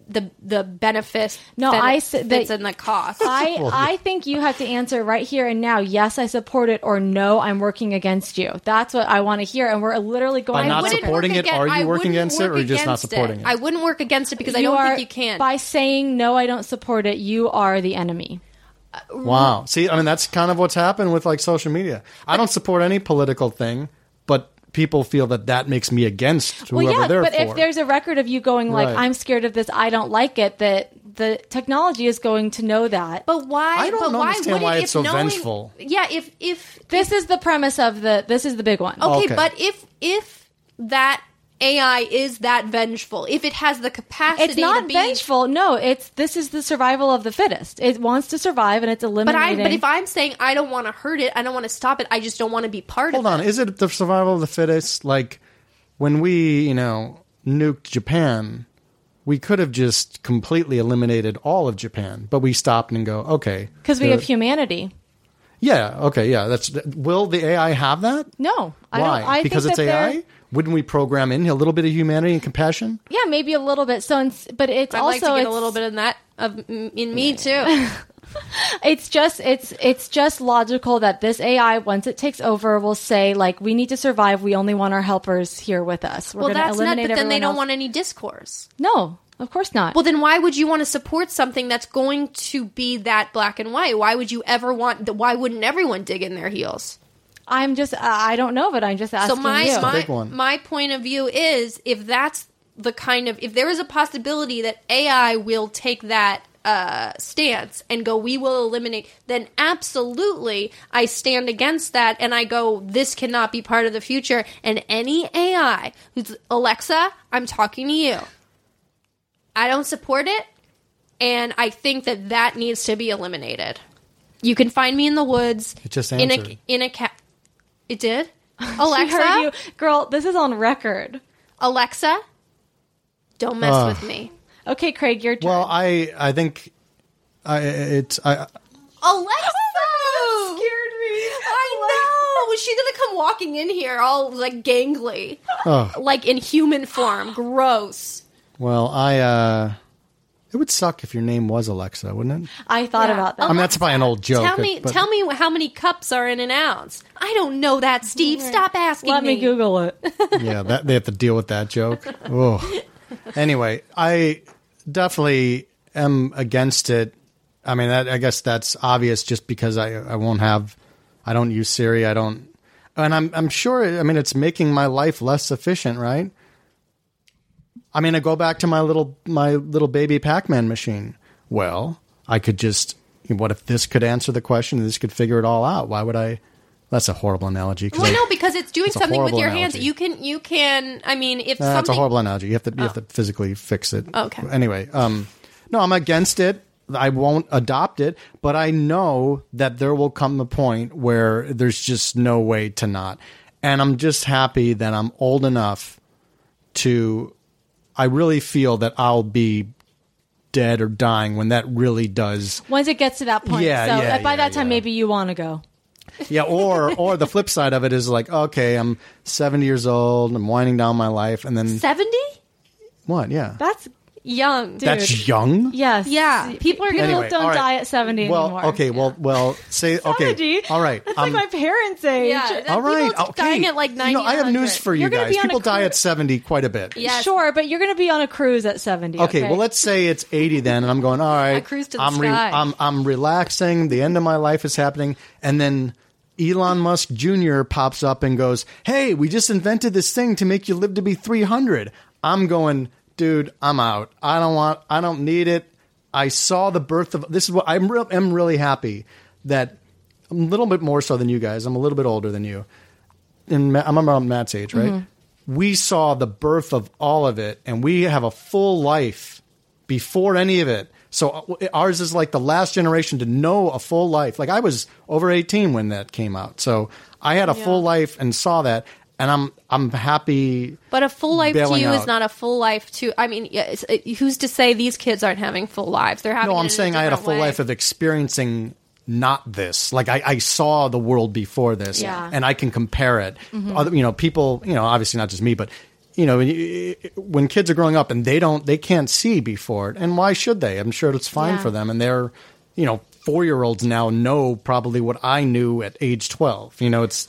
S2: the the benefits
S1: No, I
S2: benefits
S1: said that-
S2: and the cost.
S1: I, I think you have to answer right here and now. Yes, I support it, or no, I'm working against you. That's what I want to hear. And we're literally going
S3: By not
S2: wouldn't
S3: support- supporting
S2: work
S3: it, are you
S2: I
S3: working
S2: wouldn't
S3: against it,
S2: work
S3: or you're just not
S2: against
S3: supporting it?
S2: I wouldn't work against it because I
S1: You
S2: don't
S1: are-
S2: think you can.
S1: By saying no, I don't support it, you are the enemy.
S3: Wow. See, I mean, that's kind of what's happened with like social media. I don't support any political thing, but people feel that that makes me against whoever
S1: well, yeah,
S3: they're
S1: but
S3: for.
S1: if there's a record of you going like,
S3: Right.
S1: "I'm scared of this, I don't like it," that the technology is going to know that.
S2: But why?
S3: I don't
S2: but why
S3: understand
S2: would
S3: why
S2: it,
S3: it's
S2: if
S3: so
S2: knowing-
S3: vengeful.
S2: Yeah, if if
S1: this is the premise of the. This is the big one.
S2: okay,
S3: Okay.
S2: but if if that AI is that vengeful, if it has the capacity,
S1: It's not
S2: to be,
S1: vengeful. No, it's this is the survival of the fittest. It wants to survive, and it's
S2: But I
S1: eliminating.
S2: but if I'm saying I don't want to hurt it, I don't want to stop it. I just don't want to be part
S3: Hold
S2: of
S3: on.
S2: it.
S3: Is it the survival of the fittest? Like when we, you know, nuked Japan, we could have just completely eliminated all of Japan, but we stopped and go, okay.
S1: because we
S3: the-
S1: have humanity.
S3: Yeah, okay, yeah. That's will the AI have that?
S1: No, I
S3: Why?
S1: don't. I
S3: because
S1: think
S3: it's
S1: that they're-
S3: AI? Wouldn't we program in a little bit of humanity and compassion?
S1: Yeah, maybe a little bit. So, it's, but it's
S2: I'd
S1: also
S2: like to get
S1: it's,
S2: a little bit of that of, mm, in me too.
S1: it's just it's it's just logical that this AI once it takes over will say like we need to survive. We only want our helpers here with us. We're
S2: well,
S1: gonna
S2: that's not.
S1: eliminate
S2: But then they
S1: everyone
S2: don't
S1: else."
S2: want any discourse.
S1: No, of course not.
S2: Well, then why would you want to support something that's going to be that black and white? Why would you ever want? Why wouldn't everyone dig in their heels?
S1: I'm just uh, I don't know, but I'm just asking
S2: so my
S1: you.
S2: my,
S3: big one.
S2: my point of view is if that's the kind of if there is a possibility that AI will take that uh, stance and go we will eliminate then absolutely I stand against that and I go this cannot be part of the future and any AI who's Alexa I'm talking to you I don't support it and I think that that needs to be eliminated you can find me in the woods
S3: It just
S2: in a
S3: answered.
S2: in a cat it did
S1: She
S2: Alexa
S1: heard you, girl. This is on record.
S2: Alexa, don't mess
S3: Ugh.
S2: with me.
S1: Okay, Craig, your turn.
S3: Well, I I think I it's I
S2: Alexa! scared me. I know. She's gonna come walking in here all like gangly,
S3: oh,
S2: like in human form. Gross.
S3: well, I uh it would suck if your name was Alexa, wouldn't it?
S1: I thought
S2: Yeah.
S1: about
S3: I
S1: that.
S3: mean, that's probably an old joke.
S2: tell me,
S3: but-
S2: tell me how many cups are in an ounce. I don't know that, Steve. Stop asking
S1: Let me Google it.
S3: yeah, that they have to deal with that joke. Oh. Anyway, I definitely am against it. I mean, that, I guess that's obvious just because I I won't have I don't use Siri. I don't and I'm I'm sure I mean it's making my life less efficient, right? I mean, I go back to my little my little baby Pac-Man machine. Well, I could just what if this could answer the question? This could figure it all out. Why would I? That's a horrible analogy. 'cause
S2: Well,
S3: I-
S2: no, because it's doing
S3: It's a
S2: something with
S3: horrible
S2: your hands.
S3: analogy.
S2: You can, you can. I mean, if
S3: Nah, That's a
S2: something,
S3: horrible analogy. You have to you have to physically fix it.
S2: Okay.
S3: Anyway, um, no, I'm against it. I won't adopt it, but I know that there will come a point where there's just no way to not. And I'm just happy that I'm old enough to. I really feel that I'll be dead or dying when that really does
S1: Once it gets to that point,
S3: Yeah,
S1: so
S3: yeah,
S1: by
S3: yeah,
S1: that time,
S3: yeah.
S1: maybe you want to go.
S3: yeah, or or the flip side of it is like, okay, I'm 70 years old, I'm winding down my life, and then
S2: seventy.
S3: what? Yeah,
S1: That's
S2: Young.
S3: that's young.
S1: yes,
S2: Yeah.
S1: People are people
S3: Anyway,
S1: don't
S3: all right.
S1: die at seventy
S3: well,
S1: anymore.
S3: okay, well, well, say okay,
S1: Comedy.
S3: all right,
S1: That's
S3: um,
S1: like my parents' age.
S2: Yeah, that-
S3: all right,
S2: People
S3: okay.
S2: dying at, like,
S3: You know, I have
S2: 90,
S3: news for you
S1: You're gonna
S3: guys.
S1: be on a
S3: People die
S1: cruise.
S3: at seventy quite a bit.
S2: Yes.
S1: Sure, but you're going to be on a cruise at seventy. Okay,
S3: Okay, well, let's say it's eighty then, and I'm going. All right,
S2: cruise to the
S3: I'm,
S2: sky.
S3: I'm I'm relaxing. The end of my life is happening, and then Elon Musk Jr. pops up and goes, "Hey, we just invented this thing to make you live to be 300." I'm going, dude. I'm out. I don't want. I don't need it. I saw the birth of this is what I'm. Real, I'm really happy that I'm a little bit more so than you guys. I'm a little bit older than you and Ma- I'm around Matt's age, right? We saw the birth of all of it, and we have a full life before any of it. So uh, w- ours is like the last generation to know a full life. Like I was over 18 when that came out, so I had a full life and saw that, and I'm I'm happy.
S2: But a full life to
S3: bailing
S2: you
S3: out.
S2: is not a full life to. I mean, yeah, it's, uh, who's to say these kids aren't having full lives? They're having.
S3: No,
S2: it
S3: I'm
S2: in
S3: saying I had a
S2: different
S3: full
S2: way.
S3: life of experiencing not this. Like I, I saw the world before this,
S1: Yeah.
S3: and I can compare it.
S2: Mm-hmm.
S3: Other, you know, people. You know, obviously not just me, but you know, when you- when kids are growing up and they don't, they can't see before it, and why should they? I'm sure it's fine
S1: Yeah.
S3: for them, and they're, you know, four year olds now know probably what I knew at age twelve. You know, it's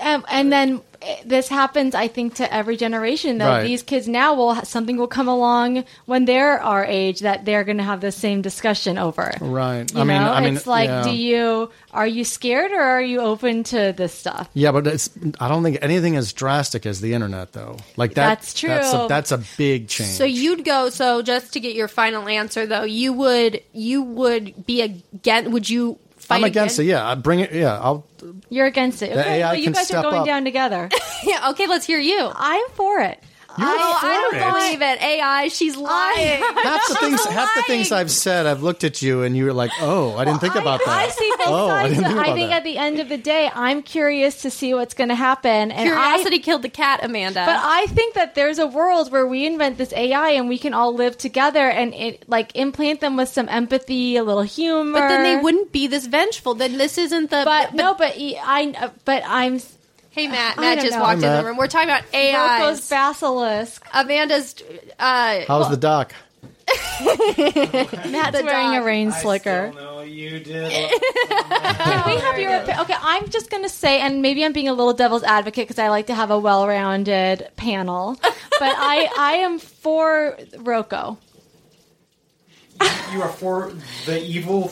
S1: Um, and then eh, this happens, I think, to every generation. Though
S3: Right.
S1: these kids now will ha- something will come along when they're our age that they're going to have the same discussion over.
S3: Right.
S1: You
S3: I mean-
S1: know?
S3: I mean,
S1: it's like,
S3: yeah.
S1: do you are you scared or are you open to this stuff?
S3: yeah, but it's I don't think anything as drastic as the internet though. Like that,
S1: That's true.
S3: That's a, that's a big change.
S2: So you'd go. So just to get your final answer, though, you would you would be against? Would you fight?
S3: I'm against it. Yeah, I bring it. Yeah, I'll
S1: You're against it.
S3: The
S1: Okay,
S3: AI
S1: well, you
S3: can
S1: guys are
S3: step
S1: going
S3: up.
S1: down together.
S2: Yeah. Okay. Let's hear you.
S1: I'm for it.
S2: Oh,
S3: for
S2: I
S3: it.
S2: don't believe it. AI, she's lying.
S3: Half the things, half the things I've said, I've looked at you, and you were like, "Oh, I didn't think about that."
S1: I see both
S3: oh, I
S1: sides.
S3: didn't
S1: I,
S3: think about
S1: think
S3: that.
S1: at the end of the day, I'm curious to see what's going to happen. And
S2: Curiosity
S1: I,
S2: killed the cat, Amanda.
S1: but I think that there's a world where we invent this AI and we can all live together and it, like implant them with some empathy, a little humor.
S2: But then they wouldn't be this vengeful. Then this isn't the.
S1: But, no, but e- I. But I'm
S2: hey, Matt.
S1: I
S2: Matt
S1: don't
S2: just
S1: know.
S2: walked
S3: Hi,
S2: in
S3: Matt.
S2: the room. We're talking about
S1: Rocco's
S2: AIs.
S1: basilisk.
S2: Amanda's. Uh,
S3: How's the doc?
S1: Matt's
S2: The
S1: wearing a
S2: dog.
S1: rain slicker.
S3: you
S1: Can we have your opi- okay? I'm just gonna say, and maybe I'm being a little devil's advocate because I like to have a well-rounded panel, but I I am for Rocco.
S3: are for the evil.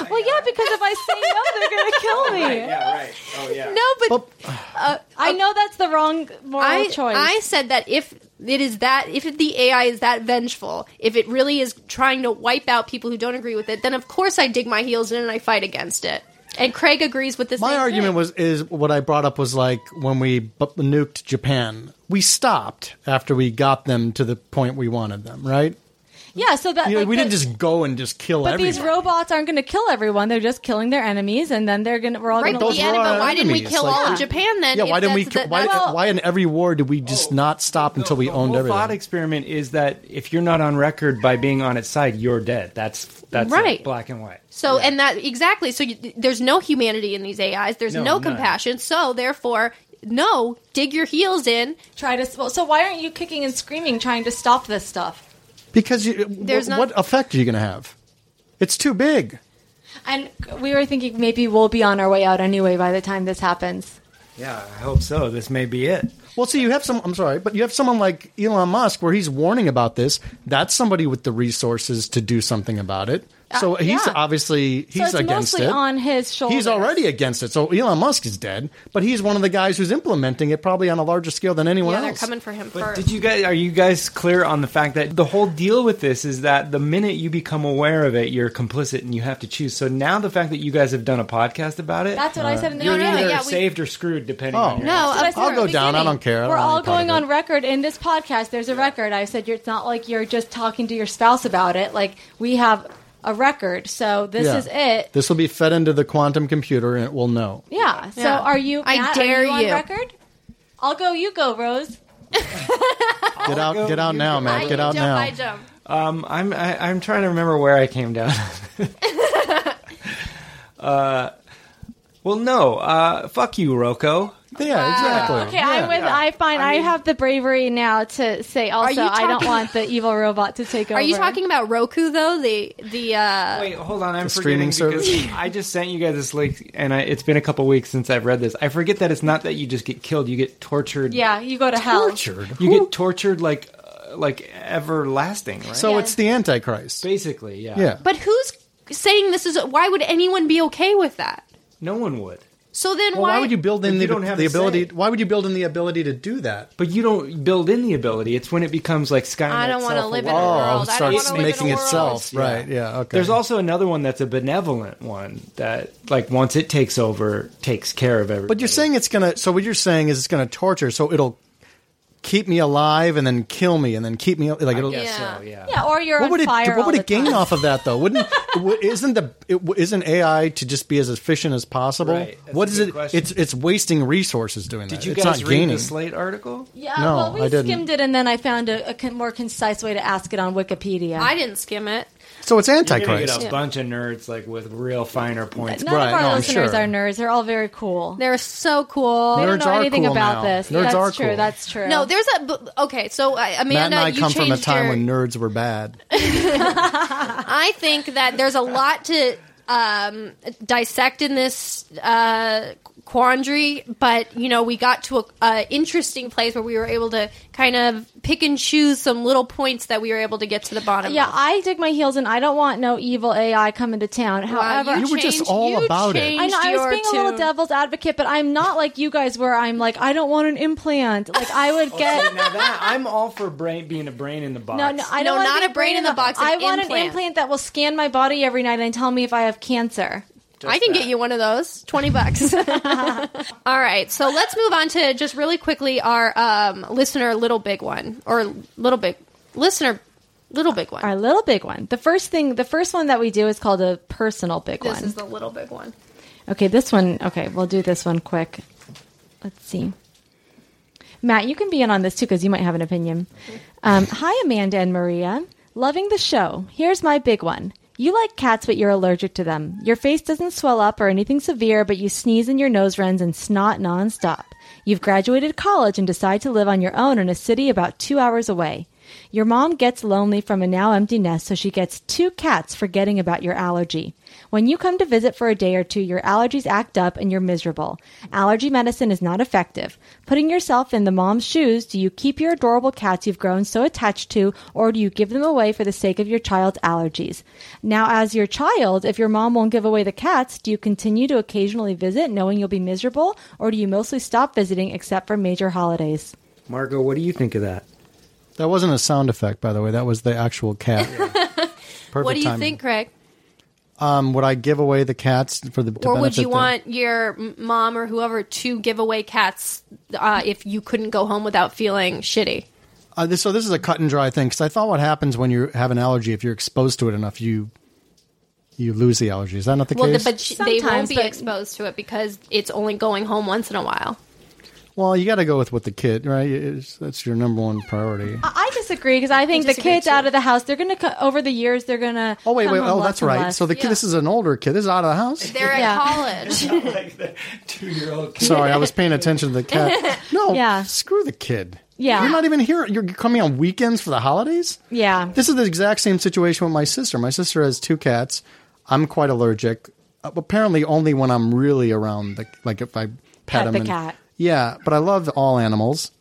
S1: Well, yeah, because if I say no, they're gonna kill me.
S3: right. Oh yeah.
S2: no, but
S1: I know that's the wrong moral
S2: I,
S1: choice.
S2: I said that if it is that if the AI is that vengeful, if it really is trying to wipe out people who don't agree with it, then of course I dig my heels in and I fight against it. And Craig agrees with this.
S3: My argument was is what I brought up was like when we bu- nuked Japan, we stopped after we got them to the point we wanted them, right?
S1: yeah, so that
S2: Uh,
S3: You know,
S1: like,
S3: we
S1: the-
S3: didn't just go and just kill
S1: But
S3: everyone.
S1: these robots aren't gonna kill everyone. They're just killing their enemies, and then they're gonna we're all
S2: right
S1: gonna
S2: but
S3: those
S2: the
S3: were
S2: end,
S3: our
S2: but why didn't we
S3: enemies,
S2: kill
S3: like-
S2: all of Japan then?
S3: yeah,
S2: if
S3: why didn't we?
S2: that's
S3: Kill,
S2: the-
S3: why,
S2: that's-
S3: why in every war did we just not stop until we
S4: the
S3: owned
S4: whole
S3: everything?
S4: thought experiment is that if you're not on record by being on its side, you're dead. That's that's like,
S2: Right.
S4: black and white.
S2: So and that exactly. So you, there's no humanity in these AIs. There's
S4: No,
S2: no,
S4: none.
S2: compassion. So therefore, no, dig your heels in.
S1: try to. Well, so why aren't you kicking and screaming trying to stop this stuff?
S3: because you, what,
S2: There's not-
S3: what effect are you going to have? It's too big.
S1: And we were thinking maybe we'll be on our way out anyway by the time this happens.
S4: Yeah, I hope so. This may be it.
S3: Well, see, you have some. I'm sorry, but you have someone like Elon Musk, where he's warning about this. That's somebody with the resources to do something about it. So he's
S1: Uh, yeah.
S3: obviously he's
S1: so it's
S3: against
S1: mostly
S3: it.
S1: on his shoulders.
S3: He's already against it. So Elon Musk is dead, but he's one of the guys who's implementing it probably on a larger scale than anyone
S2: Yeah, they're
S3: else.
S2: coming for him
S4: But
S2: first.
S4: did you guys are you guys clear on the fact that the whole deal with this is that the minute you become aware of it, you're complicit and you have to choose. So now the fact that you guys have done a podcast about it,
S1: That's what I said in the
S4: you're
S1: beginning.
S4: either
S2: yeah, we-
S4: saved or screwed
S3: Oh.
S4: depending on your
S2: No,
S1: That's what I
S2: of
S1: said
S3: I'll
S1: in
S3: go
S1: the
S3: down. I
S1: beginning.
S3: don't care. I
S1: We're
S3: don't
S1: all
S3: want any part
S1: going
S3: of
S1: on
S3: it.
S1: record in this podcast. There's a record. I said you're, it's not like you're just talking to your spouse about it. Like we have a record. So this
S3: Yeah.
S1: is it.
S3: This will be fed into the quantum computer, and it will know.
S1: yeah. So
S2: Yeah.
S1: are you?
S2: I
S1: Matt,
S2: dare
S1: are you, on
S2: you.
S1: record. I'll go. You go, Rose.
S3: Get out!
S4: go,
S3: Get out
S4: you
S3: now,
S4: go.
S3: Matt!
S2: I
S3: Get out
S2: jump,
S3: now!
S2: I jump.
S4: Um, I'm I, I'm trying to remember where I came down. uh, well, no, uh, fuck you, Rocco.
S3: Yeah,
S1: Okay,
S3: exactly.
S1: I'm with.
S4: yeah.
S1: I find I, have the bravery now to say. Also,
S2: you
S1: I don't
S2: talking-
S1: want the evil robot to take over.
S2: Are you talking about Roku though? The the uh,
S4: Wait, hold on. I'm
S3: The streaming
S4: forgetting
S3: service?
S4: because I just sent you guys this link, and I, it's been a couple weeks since I've read this. I forget that it's not that you just get killed; you get tortured.
S1: Yeah, you go to hell.
S4: you get tortured like uh, like everlasting, right?
S3: So
S2: Yeah.
S3: it's the Antichrist.
S4: basically, yeah.
S3: Yeah.
S2: but who's saying this is? Why would anyone be okay with that?
S4: No one would,
S2: So then
S3: Well,
S2: why?
S3: why, would you build in
S4: If
S3: the,
S4: you don't have
S3: the
S4: a
S3: ability?
S4: say.
S3: Why would you build in the ability to do that?
S4: but you don't build in the ability. It's when it becomes like Skynet.
S2: I don't
S4: want to
S2: live in a world.
S3: it
S2: I don't want
S3: starts
S2: to live
S3: making
S2: in a world.
S3: itself
S4: Yeah.
S3: right. Yeah. Okay.
S4: There's also another one that's a benevolent one that, like, once it takes over, takes care of everybody.
S3: But you're saying it's gonna. So what you're saying is it's gonna torture. So it'll keep me alive and then kill me and then keep me like it'll.
S4: yeah.
S2: Yeah.
S4: So, yeah.
S1: Yeah, or you're
S3: What
S1: on
S3: would it?
S1: fire.
S3: What
S1: all
S3: would
S1: the
S3: it gain
S1: time.
S3: off of that though? Wouldn't w- isn't the it, w- isn't AI to just be as efficient as possible?
S4: Right. That's
S3: What
S4: a
S3: is
S4: good
S3: it?
S4: question.
S3: It's it's wasting resources doing that.
S4: Did you
S3: it's
S4: guys
S3: not
S4: read
S3: gaining.
S4: the Slate article?
S1: Yeah,
S3: No,
S1: well, we
S3: I didn't.
S1: skimmed it, and then I found a, a con- more concise way to ask it on Wikipedia.
S2: I didn't skim it.
S3: So it's
S4: You're gonna
S3: antichrist.
S4: get a bunch of nerds like with real finer points.
S1: None
S3: Right,
S1: of our
S3: no, I'm
S1: listeners
S3: sure.
S1: are nerds. They're all very cool. They
S2: They're so cool.
S1: don't
S3: Nerds
S1: know
S3: are
S1: anything
S3: cool
S1: about
S3: now.
S1: this.
S3: Nerds
S1: that's
S3: are
S1: true.
S3: cool.
S1: That's true.
S2: No, there's a b- okay. So uh,
S3: Matt
S2: Amanda,
S3: and I
S2: you
S3: come from a
S2: changed
S3: time
S2: your-
S3: when nerds were bad.
S2: I think that there's a lot to um, dissect in this uh, quandary, but you know, we got to a, a interesting place where we were able to kind of pick and choose some little points that we were able to get to the bottom.
S1: yeah,
S2: of.
S1: I dig my heels in. I don't want no evil AI coming to town.
S2: Wow,
S1: However,
S3: You were just
S2: changed-
S3: all
S2: you
S3: about it.
S2: changed
S1: I know I was
S2: your
S1: being a little
S2: tune.
S1: devil's advocate, but I'm not like you guys where I'm like I don't want an implant. Like I would
S4: now
S1: get.
S4: that I'm all for brain being a brain in the box.
S1: No, no, I
S2: No,
S1: don't want
S2: not a brain in the box, an
S1: I want an
S2: implant.
S1: implant that will scan my body every night and tell me if I have cancer.
S2: I can get you one of those. 20 bucks. All right. So let's move on to just really quickly our um, listener little big one or little big listener little big one.
S1: Our little big one. The first thing, the first one that we do is called a personal big
S2: this
S1: one.
S2: is the little big one.
S1: Okay, this one. Okay, we'll do this one quick. Let's see. Matt, you can be in on this too because you might have an opinion. Um, hi, Amanda and Maria. Loving the show. Here's my big one. You like cats, but you're allergic to them. Your face doesn't swell up or anything severe, but you sneeze and your nose runs and snot nonstop. You've graduated college and decide to live on your own in a city about two hours away. Your mom gets lonely from a now empty nest, so she gets two cats forgetting about your allergy. When you come to visit for a day or two, your allergies act up and you're miserable. Allergy medicine is not effective. Putting yourself in the mom's shoes, do you keep your adorable cats you've grown so attached to, or do you give them away for the sake of your child's allergies? Now, as your child, if your mom won't give away the cats, do you continue to occasionally visit knowing you'll be miserable, or do you mostly stop visiting except for major holidays?
S4: Margot, what do you think of that?
S3: That wasn't a sound effect, by the way. That was the actual cat. Perfect
S2: What do you
S3: timing.
S2: think, Craig?
S3: Um, would I give away the cats for the? to
S2: Or would
S3: benefit
S2: you
S3: the-
S2: want your m- mom or whoever to give away cats uh, if you couldn't go home without feeling shitty?
S3: Uh, this, so this is a cut and dry thing because I thought what happens when you have an allergy, if you're exposed to it enough, you you lose the allergy. Is that not the
S2: Well, the,
S3: case?
S2: but sh- they won't
S1: Sometimes,
S2: be
S1: but-
S2: exposed to it because it's only going home once in a while.
S3: well, you got to go with what the kid, right? It's, that's your number one priority.
S1: I disagree because I think the
S2: disagree,
S1: kids
S2: too.
S1: out of the house, they're going to, co- over the years, they're going to.
S3: oh wait, wait, oh that's right. So the kid, this is an older kid. This is out of the house.
S2: They're at
S1: Yeah.
S2: college.
S4: Two-year-old kid.
S3: Sorry, I was paying attention to the cat. No,
S1: Yeah.
S3: screw the kid.
S1: Yeah.
S3: you're not even here. You're coming on weekends for the holidays.
S1: yeah.
S3: This is the exact same situation with my sister. My sister has two cats. I'm quite allergic. Uh, apparently, only when I'm really around, the, like if I pet,
S1: Pet
S3: them.
S1: the
S3: and-
S1: cat.
S3: Yeah, but I love all animals.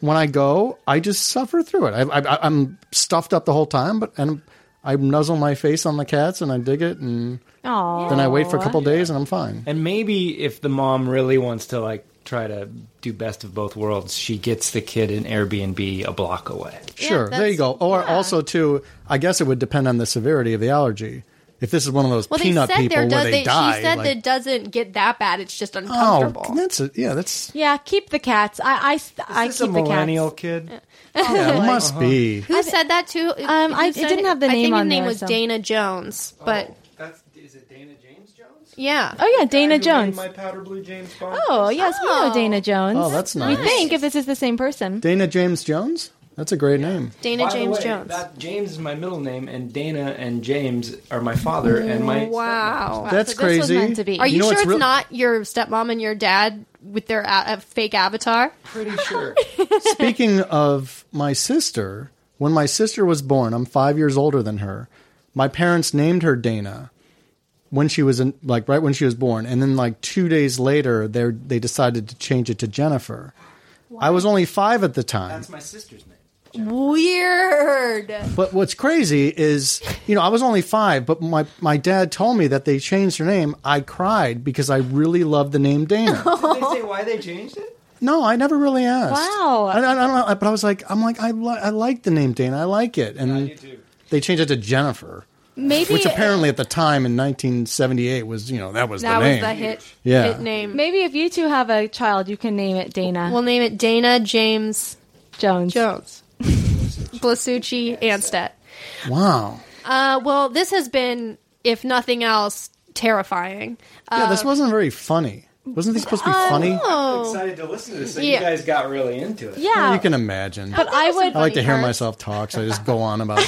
S3: When I go, I just suffer through it. I, I, I'm stuffed up the whole time, but and I nuzzle my face on the cats and I dig it, and
S1: Aw.
S3: then I wait for a couple days and I'm fine.
S4: And maybe if the mom really wants to like try to do best of both worlds, she gets the kid an Airbnb a block away.
S3: Sure, there you go.
S2: that's-
S3: Or
S2: yeah.
S3: also too, I guess it would depend on the severity of the allergy. If this is one of those
S2: Well, they
S3: peanut
S2: said
S3: people
S2: there does.
S3: where they,
S2: They,
S3: die,
S2: she said
S3: like,
S2: that it doesn't get that bad. It's just uncomfortable.
S3: oh, that's it. Yeah, that's
S1: Yeah, keep the cats. I, I, I
S4: Is this
S1: keep
S4: a
S1: the
S4: millennial
S1: cats. Uh,
S4: kid?
S3: Yeah, it must be.
S2: Who said that too?
S1: Um, I- it didn't have the
S2: I
S1: name
S2: think
S1: on
S2: his name
S1: there,
S2: was
S1: so-
S2: Dana Jones, but
S4: Oh, that's is it Dana James Jones?
S2: yeah.
S1: Oh yeah, Dana Jones.
S4: My powder blue James Bond.
S1: Oh yes, we know Dana Jones.
S3: Oh, that's
S1: We
S3: nice.
S1: think if this is the same person.
S3: Dana James Jones? That's a great name.
S2: Dana
S4: By the
S2: James
S4: way,
S2: Jones.
S4: That James is my middle name, and Dana and James are my father and my.
S2: wow.
S3: That's
S1: so this
S3: crazy.
S1: was meant to be.
S2: Are you,
S3: You know
S2: sure
S3: what's
S2: it's
S3: real-
S2: not your stepmom and your dad with their a- a fake avatar?
S4: Pretty sure.
S3: Speaking of my sister, when my sister was born, I'm five years older than her. My parents named her Dana when she was in, like right when she was born, and then like two days later, they they decided to change it to Jennifer. I was only five at the time.
S4: That's my sister's name.
S2: Weird.
S3: But what's crazy is, you know, I was only five, but my, my dad told me that they changed her name. I cried because I really loved the name Dana.
S1: Oh,
S4: Did they say why they changed it?
S3: No, I never really asked.
S1: Wow.
S3: I, I, I don't know, but I was like, I'm like, I, li- I like the name Dana. I like it, and they changed it to Jennifer,
S1: Maybe
S3: which apparently at the time in 1978 was, you know, that was
S2: That
S3: the
S2: was
S3: name.
S2: the hit,
S3: Yeah.
S2: hit name.
S1: maybe if you two have a child, you can name it Dana
S2: We'll name it Dana James
S1: Jones.
S2: Jones. Blasucci Anstead.
S3: Wow.
S2: Uh, well, this has been, if nothing else, terrifying.
S3: yeah,
S2: Uh,
S3: this wasn't very funny. Wasn't this supposed to be funny?
S4: Decided to listen to this, so
S2: Yeah.
S4: you guys got really into it.
S1: Oh. Yeah,
S3: You can imagine.
S1: but I would
S3: I like to hear
S1: myself.
S3: myself talk, so I just go on about.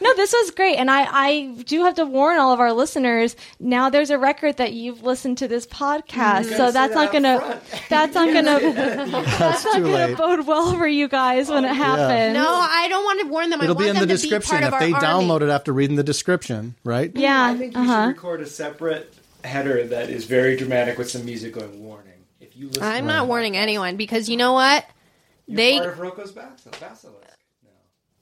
S1: No, this was great, and I, I do have to warn all of our listeners. Now there's a record that you've listened to this podcast, so that's not gonna, that's not gonna, that's not
S3: too
S1: gonna
S3: late.
S1: bode well for you guys when it happens.
S2: No, I don't want to warn them.
S3: It'll
S2: I
S3: be
S2: want
S3: in the
S2: them
S3: description
S2: to be
S3: if
S2: part
S3: they
S2: of our
S3: download
S2: army.
S3: it after reading the description, right?
S4: I
S1: yeah,
S4: think you should
S1: uh-huh.
S4: record a separate header that is very dramatic with some music going warning. If you listen
S2: I'm not warning anyone because you know what? They
S4: part of Rocco's Basilisk. Basilisk.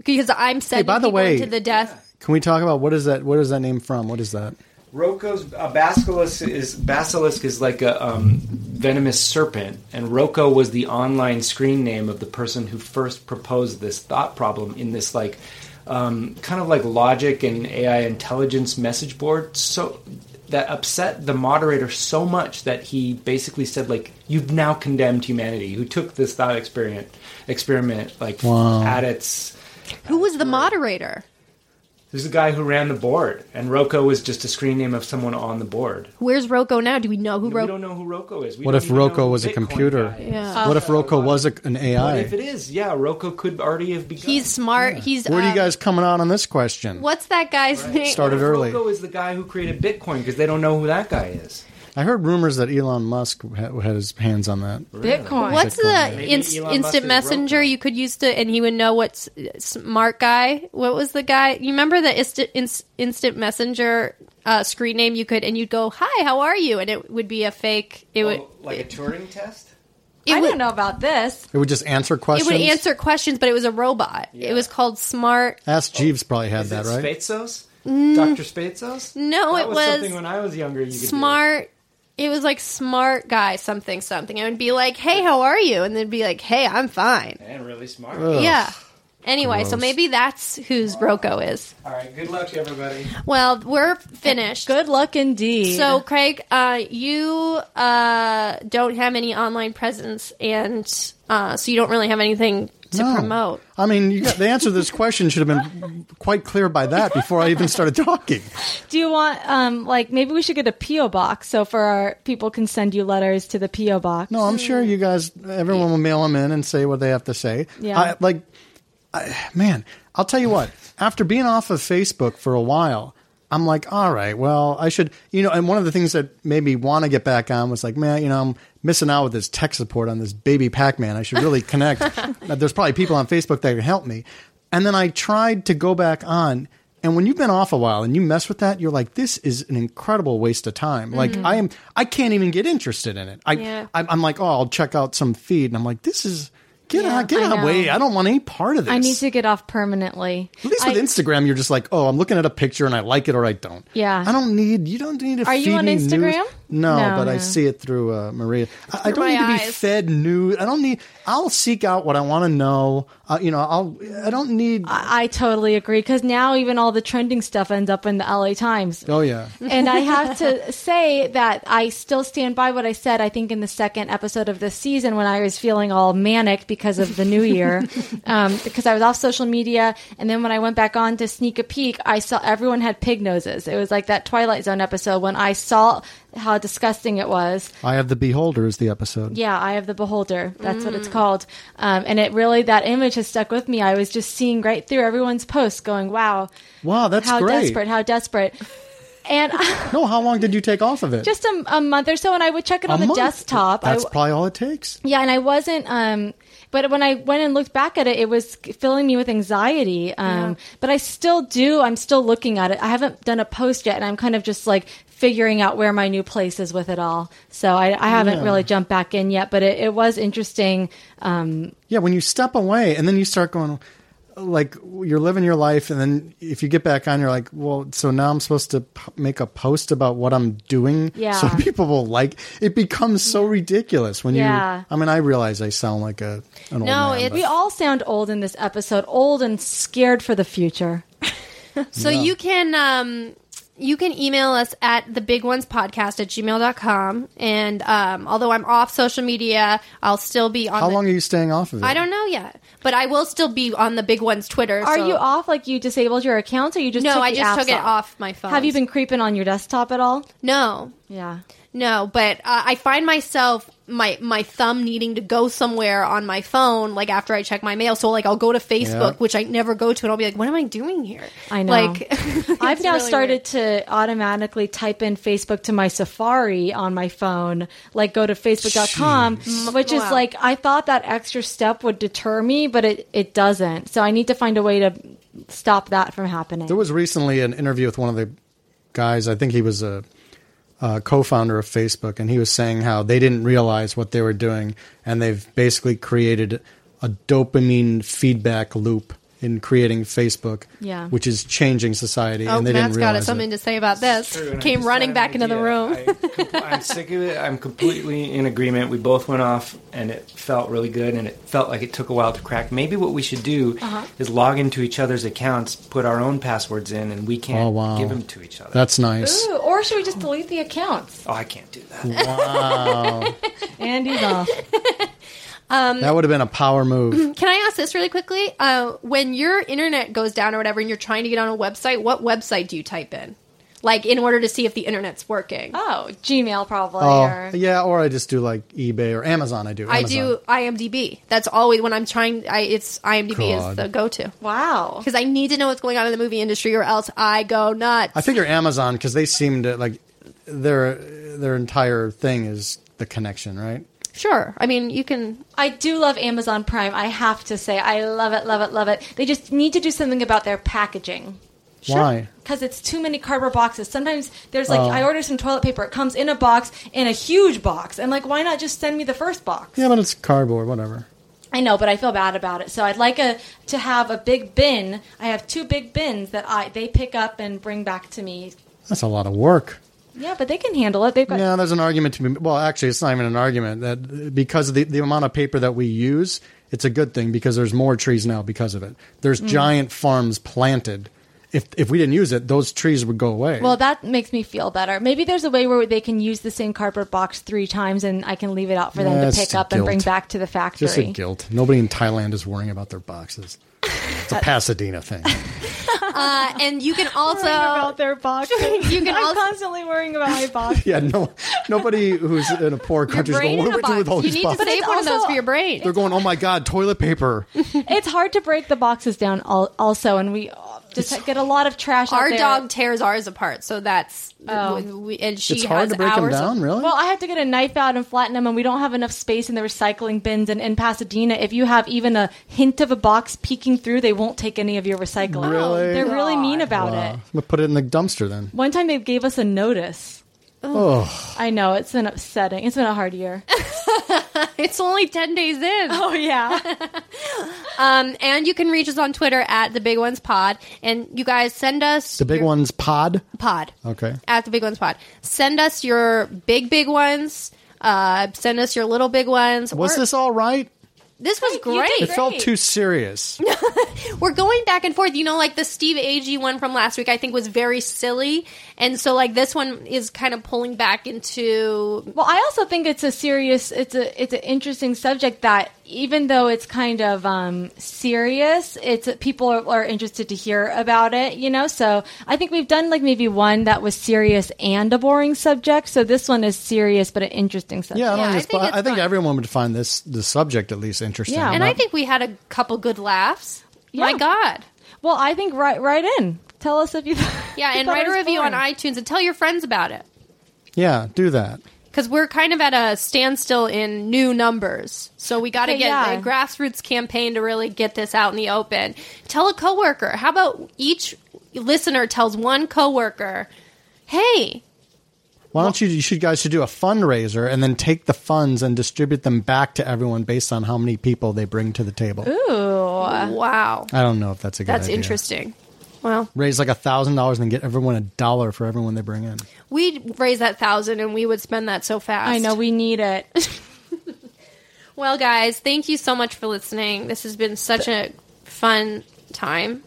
S2: because I'm sending
S3: by the
S2: people
S3: way-
S2: into the death.
S3: Can we talk about what is that? What is that name from? What is that?
S4: Rocco's uh, basilisk is basilisk is like a um, venomous serpent, and Rocco was the online screen name of the person who first proposed this thought problem in this like um, kind of like logic and AI intelligence message board. So that upset the moderator so much that he basically said like you've now condemned humanity who took this thought experiment experiment like at its
S2: Who was the moderator?
S4: there's a guy who ran the board and Rocco was just a screen name of someone on the board.
S2: Where's Rocco now? Do we know who
S4: we
S2: Rocco?
S4: don't know who Rocco is. We
S3: What
S4: don't
S3: if
S4: even know
S3: Rocco
S4: who
S3: was a
S4: Bitcoin
S3: computer?
S4: guy is.
S2: Yeah.
S3: What if Rocco was a, an
S4: What
S3: AI?
S4: if it is? Yeah, Rocco could already have begun.
S2: He's smart. He's.
S3: Where are
S2: um,
S3: you guys coming out on this question?
S2: What's that guy's name?
S3: Started
S4: What if
S3: early.
S4: Rocco is the guy who created Bitcoin because they don't know who that guy is.
S3: I heard rumors that Elon Musk had, had his hands on that.
S1: Bitcoin.
S2: What's the
S4: Maybe
S2: inst-
S4: Elon Musk
S2: instant
S4: is
S2: messenger
S4: Rocco.
S2: you could use to, and he would know what's smart guy? What was the guy? You remember the instant ins- instant messenger uh, screen name you could, and you'd go, "Hi, how are you?" and it would be a fake. It would
S4: Oh, like a Turing test?
S2: it
S1: I
S2: would,
S1: don't know about this.
S3: It would just answer
S2: It
S3: questions.
S2: would answer questions, but it was a robot. It was called Smart.
S3: Ask Jeeves probably had
S4: Is
S3: that,
S4: it
S3: right?
S4: Spezos? Dr. Spezos?
S2: No,
S4: That
S2: it
S4: was,
S2: was
S4: something when I was younger. You could do.
S2: Smart. It was like Smart guy something something. It would be like, "Hey, how are you?" and they'd be like, "Hey, I'm fine."
S4: And really smart.
S2: Yeah. Anyway, so
S3: Gross.
S2: maybe that's who's Rocco is.
S4: All right, good luck to everybody.
S2: Well, we're finished.
S1: Good luck indeed.
S2: So, Craig, uh, you uh, don't have any online presence, and uh, so you don't really have anything to
S3: No.
S2: promote.
S3: Oh. I mean, you got, the answer to this question should have been quite clear by that before I even started talking.
S1: do you want um like maybe we should get a PO box so for our people can send you letters to the PO box.
S3: No, I'm sure you guys, everyone will mail them in and say what they have to say.
S1: Yeah.
S3: I, like, I, man, I'll tell you what. After being off of Facebook for a while, I'm like, all right, well, I should, you know. And one of the things that made me want to get back on was like, man, you know, I'm missing out with this tech support on this baby Pac-Man. I should really connect. There's probably people on Facebook that can help me. And then I tried to go back on. And when you've been off a while and you mess with that, you're like, this is an incredible waste of time. Like
S1: Mm-hmm.
S3: I am, I can't even get interested in it. I,
S2: Yeah.
S3: I'm, I'm like, oh, I'll check out some feed, and I'm like, this is get
S1: Yeah,
S3: out, get
S1: I
S3: out,
S1: know.
S3: way. I don't want any part of this.
S1: I need to get off permanently.
S3: At least with
S1: I-
S3: Instagram, you're just like, oh, I'm looking at a picture and I like it or I don't.
S1: Yeah.
S3: I don't need. You don't need to.
S1: Are you
S3: feed
S1: on
S3: me news.
S1: Instagram?
S3: No,
S1: No,
S3: but I
S1: no.
S3: see it through uh, Maria. I, I don't
S2: my
S3: need to be
S2: eyes.
S3: fed news. I don't need. I'll seek out what I want to know. Uh, you know, I'll. I don't need.
S1: I totally agree because now even all the trending stuff ends up in the LA Times.
S3: oh yeah.
S1: and I have to say that I still stand by what I said, I think, in the second episode of this season when I was feeling all manic because of the new year, um, because I was off social media. And then when I went back on to sneak a peek, I saw everyone had pig noses. It was like that Twilight Zone episode when I saw how disgusting it was.
S3: I have the beholder is the episode.
S1: Yeah, Eye of the Beholder. That's what
S3: Mm.
S1: it's called. Um, and it really, that image has stuck with me. I was just seeing right through everyone's posts going, wow,
S3: Wow, that's
S1: how
S3: great.
S1: desperate, how desperate. And I,
S3: No, how long did you take off of it?
S1: just a, a month or so, and I would check it
S3: a
S1: on the
S3: month.
S1: desktop. I
S3: That's
S1: w-
S3: probably all it takes.
S1: yeah, and I wasn't. Um, but when I went and looked back at it, it was filling me with anxiety. Um, But I still do. I'm still looking at it. I haven't done a post yet, and I'm kind of just like figuring out where my new place is with it all. So I, I haven't
S3: Yeah.
S1: really jumped back in yet. But it, it was interesting. Um,
S3: Yeah, when you step away and then you start going, like you're living your life, and then if you get back on, you're like, well, so now I'm supposed to p- make a post about what I'm doing,
S1: Yeah.
S3: so people will like. It becomes so ridiculous when
S1: Yeah.
S3: you. I mean, I realize I sound like a an old
S2: No,
S3: man,
S2: it-
S3: but-
S1: we all sound old in this episode, old and scared for the future.
S2: So you can um, you can email us at the big ones podcast at gmail.com. And um, although I'm off social media, I'll still be on.
S3: How
S2: the-
S3: long are you staying off of it?
S2: um, I don't know yet, but I will still be on the big ones Twitter.
S1: Are
S2: so-
S1: you off? Like you disabled your account, or you just
S2: No,
S1: Took
S2: I
S1: the
S2: just
S1: apps
S2: took it off my phone.
S1: Have you been creeping on your desktop at all?
S2: No,
S1: Yeah.
S2: No, but uh, I find myself my my thumb needing to go somewhere on my phone, like after I check my mail. So like I'll go to Facebook,
S3: Yeah.
S2: which I never go to, and I'll be like, "What am I doing here?"
S1: I know.
S2: Like
S1: I've
S2: it's
S1: now
S2: really
S1: started to automatically type in Facebook to my Safari on my phone, like go to facebook.com, which is
S2: Wow.
S1: like I thought that extra step would deter me, but it, it doesn't. So I need to find a way to stop that from happening.
S3: There was recently an interview with one of the guys. I think he was a, a co-founder of Facebook, and he was saying how they didn't realize what they were doing, and they've basically created a dopamine feedback loop in creating Facebook,
S1: Yeah.
S3: which is changing society,
S2: Oh,
S3: and they
S2: Matt's
S3: didn't
S2: got
S3: realize
S2: something
S3: it.
S2: to say about this.
S4: True, and I
S2: Came
S4: just
S2: running
S4: had
S2: back
S4: an
S2: into the
S4: idea.
S2: room.
S4: I, com- I'm sick of it. I'm completely in agreement. We both went off, and it felt really good, and it felt like it took a while to crack. Maybe what we should do
S2: Uh-huh.
S4: is log into each other's accounts, put our own passwords in, and we can't
S3: Oh, wow.
S4: give them to each other.
S3: That's nice.
S1: Ooh, or should we just delete the accounts?
S4: oh, I can't do that.
S3: Wow,
S1: Andy's off.
S2: um,
S3: that would have been a power move.
S2: Can I ask this really quickly? Uh, when your internet goes down or whatever, and you're trying to get on a website, what website do you type in? Like in order to see if the internet's working.
S1: Oh, Gmail probably.
S3: Oh,
S1: or,
S3: yeah, or I just do like eBay or Amazon. I do.
S2: I
S3: Amazon.
S2: do IMDb. That's always when I'm trying. I it's IMDb
S3: God.
S2: is the go-to
S1: Wow.
S2: because I need to know what's going on in the movie industry, or else I go nuts.
S3: I figure Amazon because they seem to like their their entire thing is the connection, right?
S2: sure, I mean you can.
S1: I do love Amazon Prime. I have to say, I love it, love it, love it. They just need to do something about their packaging.
S3: Why?
S1: Because it's too many cardboard boxes. Sometimes there's
S3: Oh.
S1: like, I order some toilet paper. It comes in a box, in a huge box. I'm like, why not just send me the first box?
S3: Yeah, but it's cardboard, whatever.
S1: I know, but I feel bad about it. So I'd like a to have a big bin. I have two big bins that I they pick up and bring back to me.
S3: That's a lot of work.
S1: Yeah, but they can handle it. They've got
S3: Yeah, there's an argument to be. Well, actually, it's not even an argument that because of the, the amount of paper that we use, it's a good thing because there's more trees now because of it. There's
S2: Hmm.
S3: giant farms planted. If if we didn't use it, those trees would go away.
S1: Well, that makes me feel better. Maybe there's a way where they can use the same cardboard box three times, and I can leave it out for them
S3: Yeah,
S1: to
S3: it's
S1: pick
S3: the
S1: up and bring
S3: guilt.
S1: back to the factory.
S3: just a guilt. Nobody in Thailand is worrying about their boxes. It's a Pasadena thing.
S2: Uh, and you can
S1: about
S2: also
S1: their boxes.
S2: You can
S1: I'm
S2: also-
S1: constantly worrying about my box.
S3: yeah, no, nobody who's in a poor country is
S2: brain
S3: going. What
S2: in
S3: do
S2: a
S3: we do with
S2: box.
S3: all
S2: You
S3: these
S2: need to
S3: boxes?
S1: But
S2: save
S1: it's
S2: one of those
S1: also-
S2: for your brain.
S3: They're going. Oh my god, toilet paper.
S1: it's hard to break the boxes down, al- also, and we uh, just get a lot of trash. out
S2: Our
S1: there.
S2: dog tears ours apart, so that's we, and she
S3: Oh. It's hard
S2: has
S3: to break them
S2: ours.
S3: down, really.
S1: Well, I have to get a knife out and flatten them, and we don't have enough space in the recycling bins. And in Pasadena, if you have even a hint of a box peeking through, they won't take any of your recycling.
S3: Really?
S1: They're really mean about
S3: Wow.
S1: it.
S3: I'm gonna put it in the dumpster then.
S1: One time they gave us a notice.
S3: Oh,
S1: I know it's been upsetting. It's been a hard year.
S2: It's only ten days in.
S1: oh yeah.
S2: Um, and you can reach us on Twitter at the Big Ones Pod. And you guys send us
S3: the big
S2: your-
S3: one's pod.
S2: pod
S3: Okay.
S2: at the Big Ones Pod. Send us your big big ones. Uh, send us your little big ones.
S3: Was
S2: We're-
S3: this all right?
S2: This was
S1: You did
S2: great.
S3: It felt too serious.
S2: We're going back and forth. You know, like the Steve Agee one from last week, I think was very silly, and so like this one is kind of pulling back into.
S1: Well, I also think it's a serious, it's a, it's an interesting subject that even though it's kind of um, serious, it's people are, are interested to hear about it, you know. So I think we've done like maybe one that was serious and a boring subject. So this one is serious but an interesting subject.
S3: Yeah, I, don't
S2: Yeah,
S3: think
S2: I
S3: it's,
S2: think
S3: I
S2: it's
S3: I think
S2: fun.
S3: everyone would find this the subject at least interesting.
S1: Yeah.
S2: And
S3: Not-
S2: I think we had a couple good laughs. My
S1: Yeah.
S2: God.
S1: Well, I think right, right in. Tell us if you.
S2: Yeah,
S1: you
S2: and
S1: thought
S2: write
S1: it
S2: a
S1: was
S2: review on
S1: boring.
S2: iTunes and tell your friends about it.
S3: yeah, do that.
S2: because we're kind of at a standstill in new numbers. So we got to
S1: Okay,
S2: get
S1: yeah.
S2: a grassroots campaign to really get this out in the open. Tell a coworker. How about each listener tells one coworker, "Hey,
S3: Why don't you? You should guys should do a fundraiser and then take the funds and distribute them back to everyone based on how many people they bring to the table.
S2: wow,
S3: I don't know if that's a good.
S2: that's
S3: idea.
S2: interesting." Well,
S3: Raise like a thousand dollars and then get everyone a dollar for everyone they bring in.
S2: we'd raise that thousand and we would spend that so fast.
S1: I know we need it.
S2: Well, guys, thank you so much for listening. This has been such a fun time.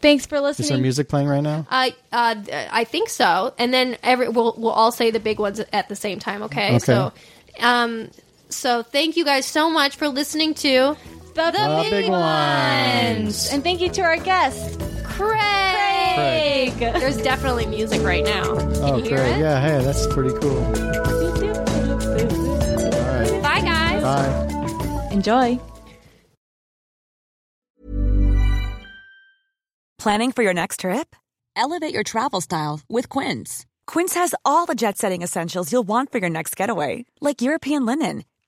S1: Thanks for
S3: Is there
S1: listening.
S3: music playing right now?
S2: I uh, th- I think so. And then every we'll we'll all say the big ones at the same time. Okay.
S3: Okay.
S2: So, um, so thank you guys so much for listening to
S1: The,
S3: big ones.
S1: And thank you to our guest,
S2: Craig.
S1: Craig.
S2: There's definitely music right now. Can
S3: Oh,
S2: you
S3: great!
S2: hear it?
S3: Yeah, hey, that's pretty cool. All right,
S2: Bye, guys.
S3: bye.
S1: Enjoy.
S5: Planning for your next trip? Elevate your travel style with Quince. Quince has all the jet setting essentials you'll want for your next getaway, like European linen,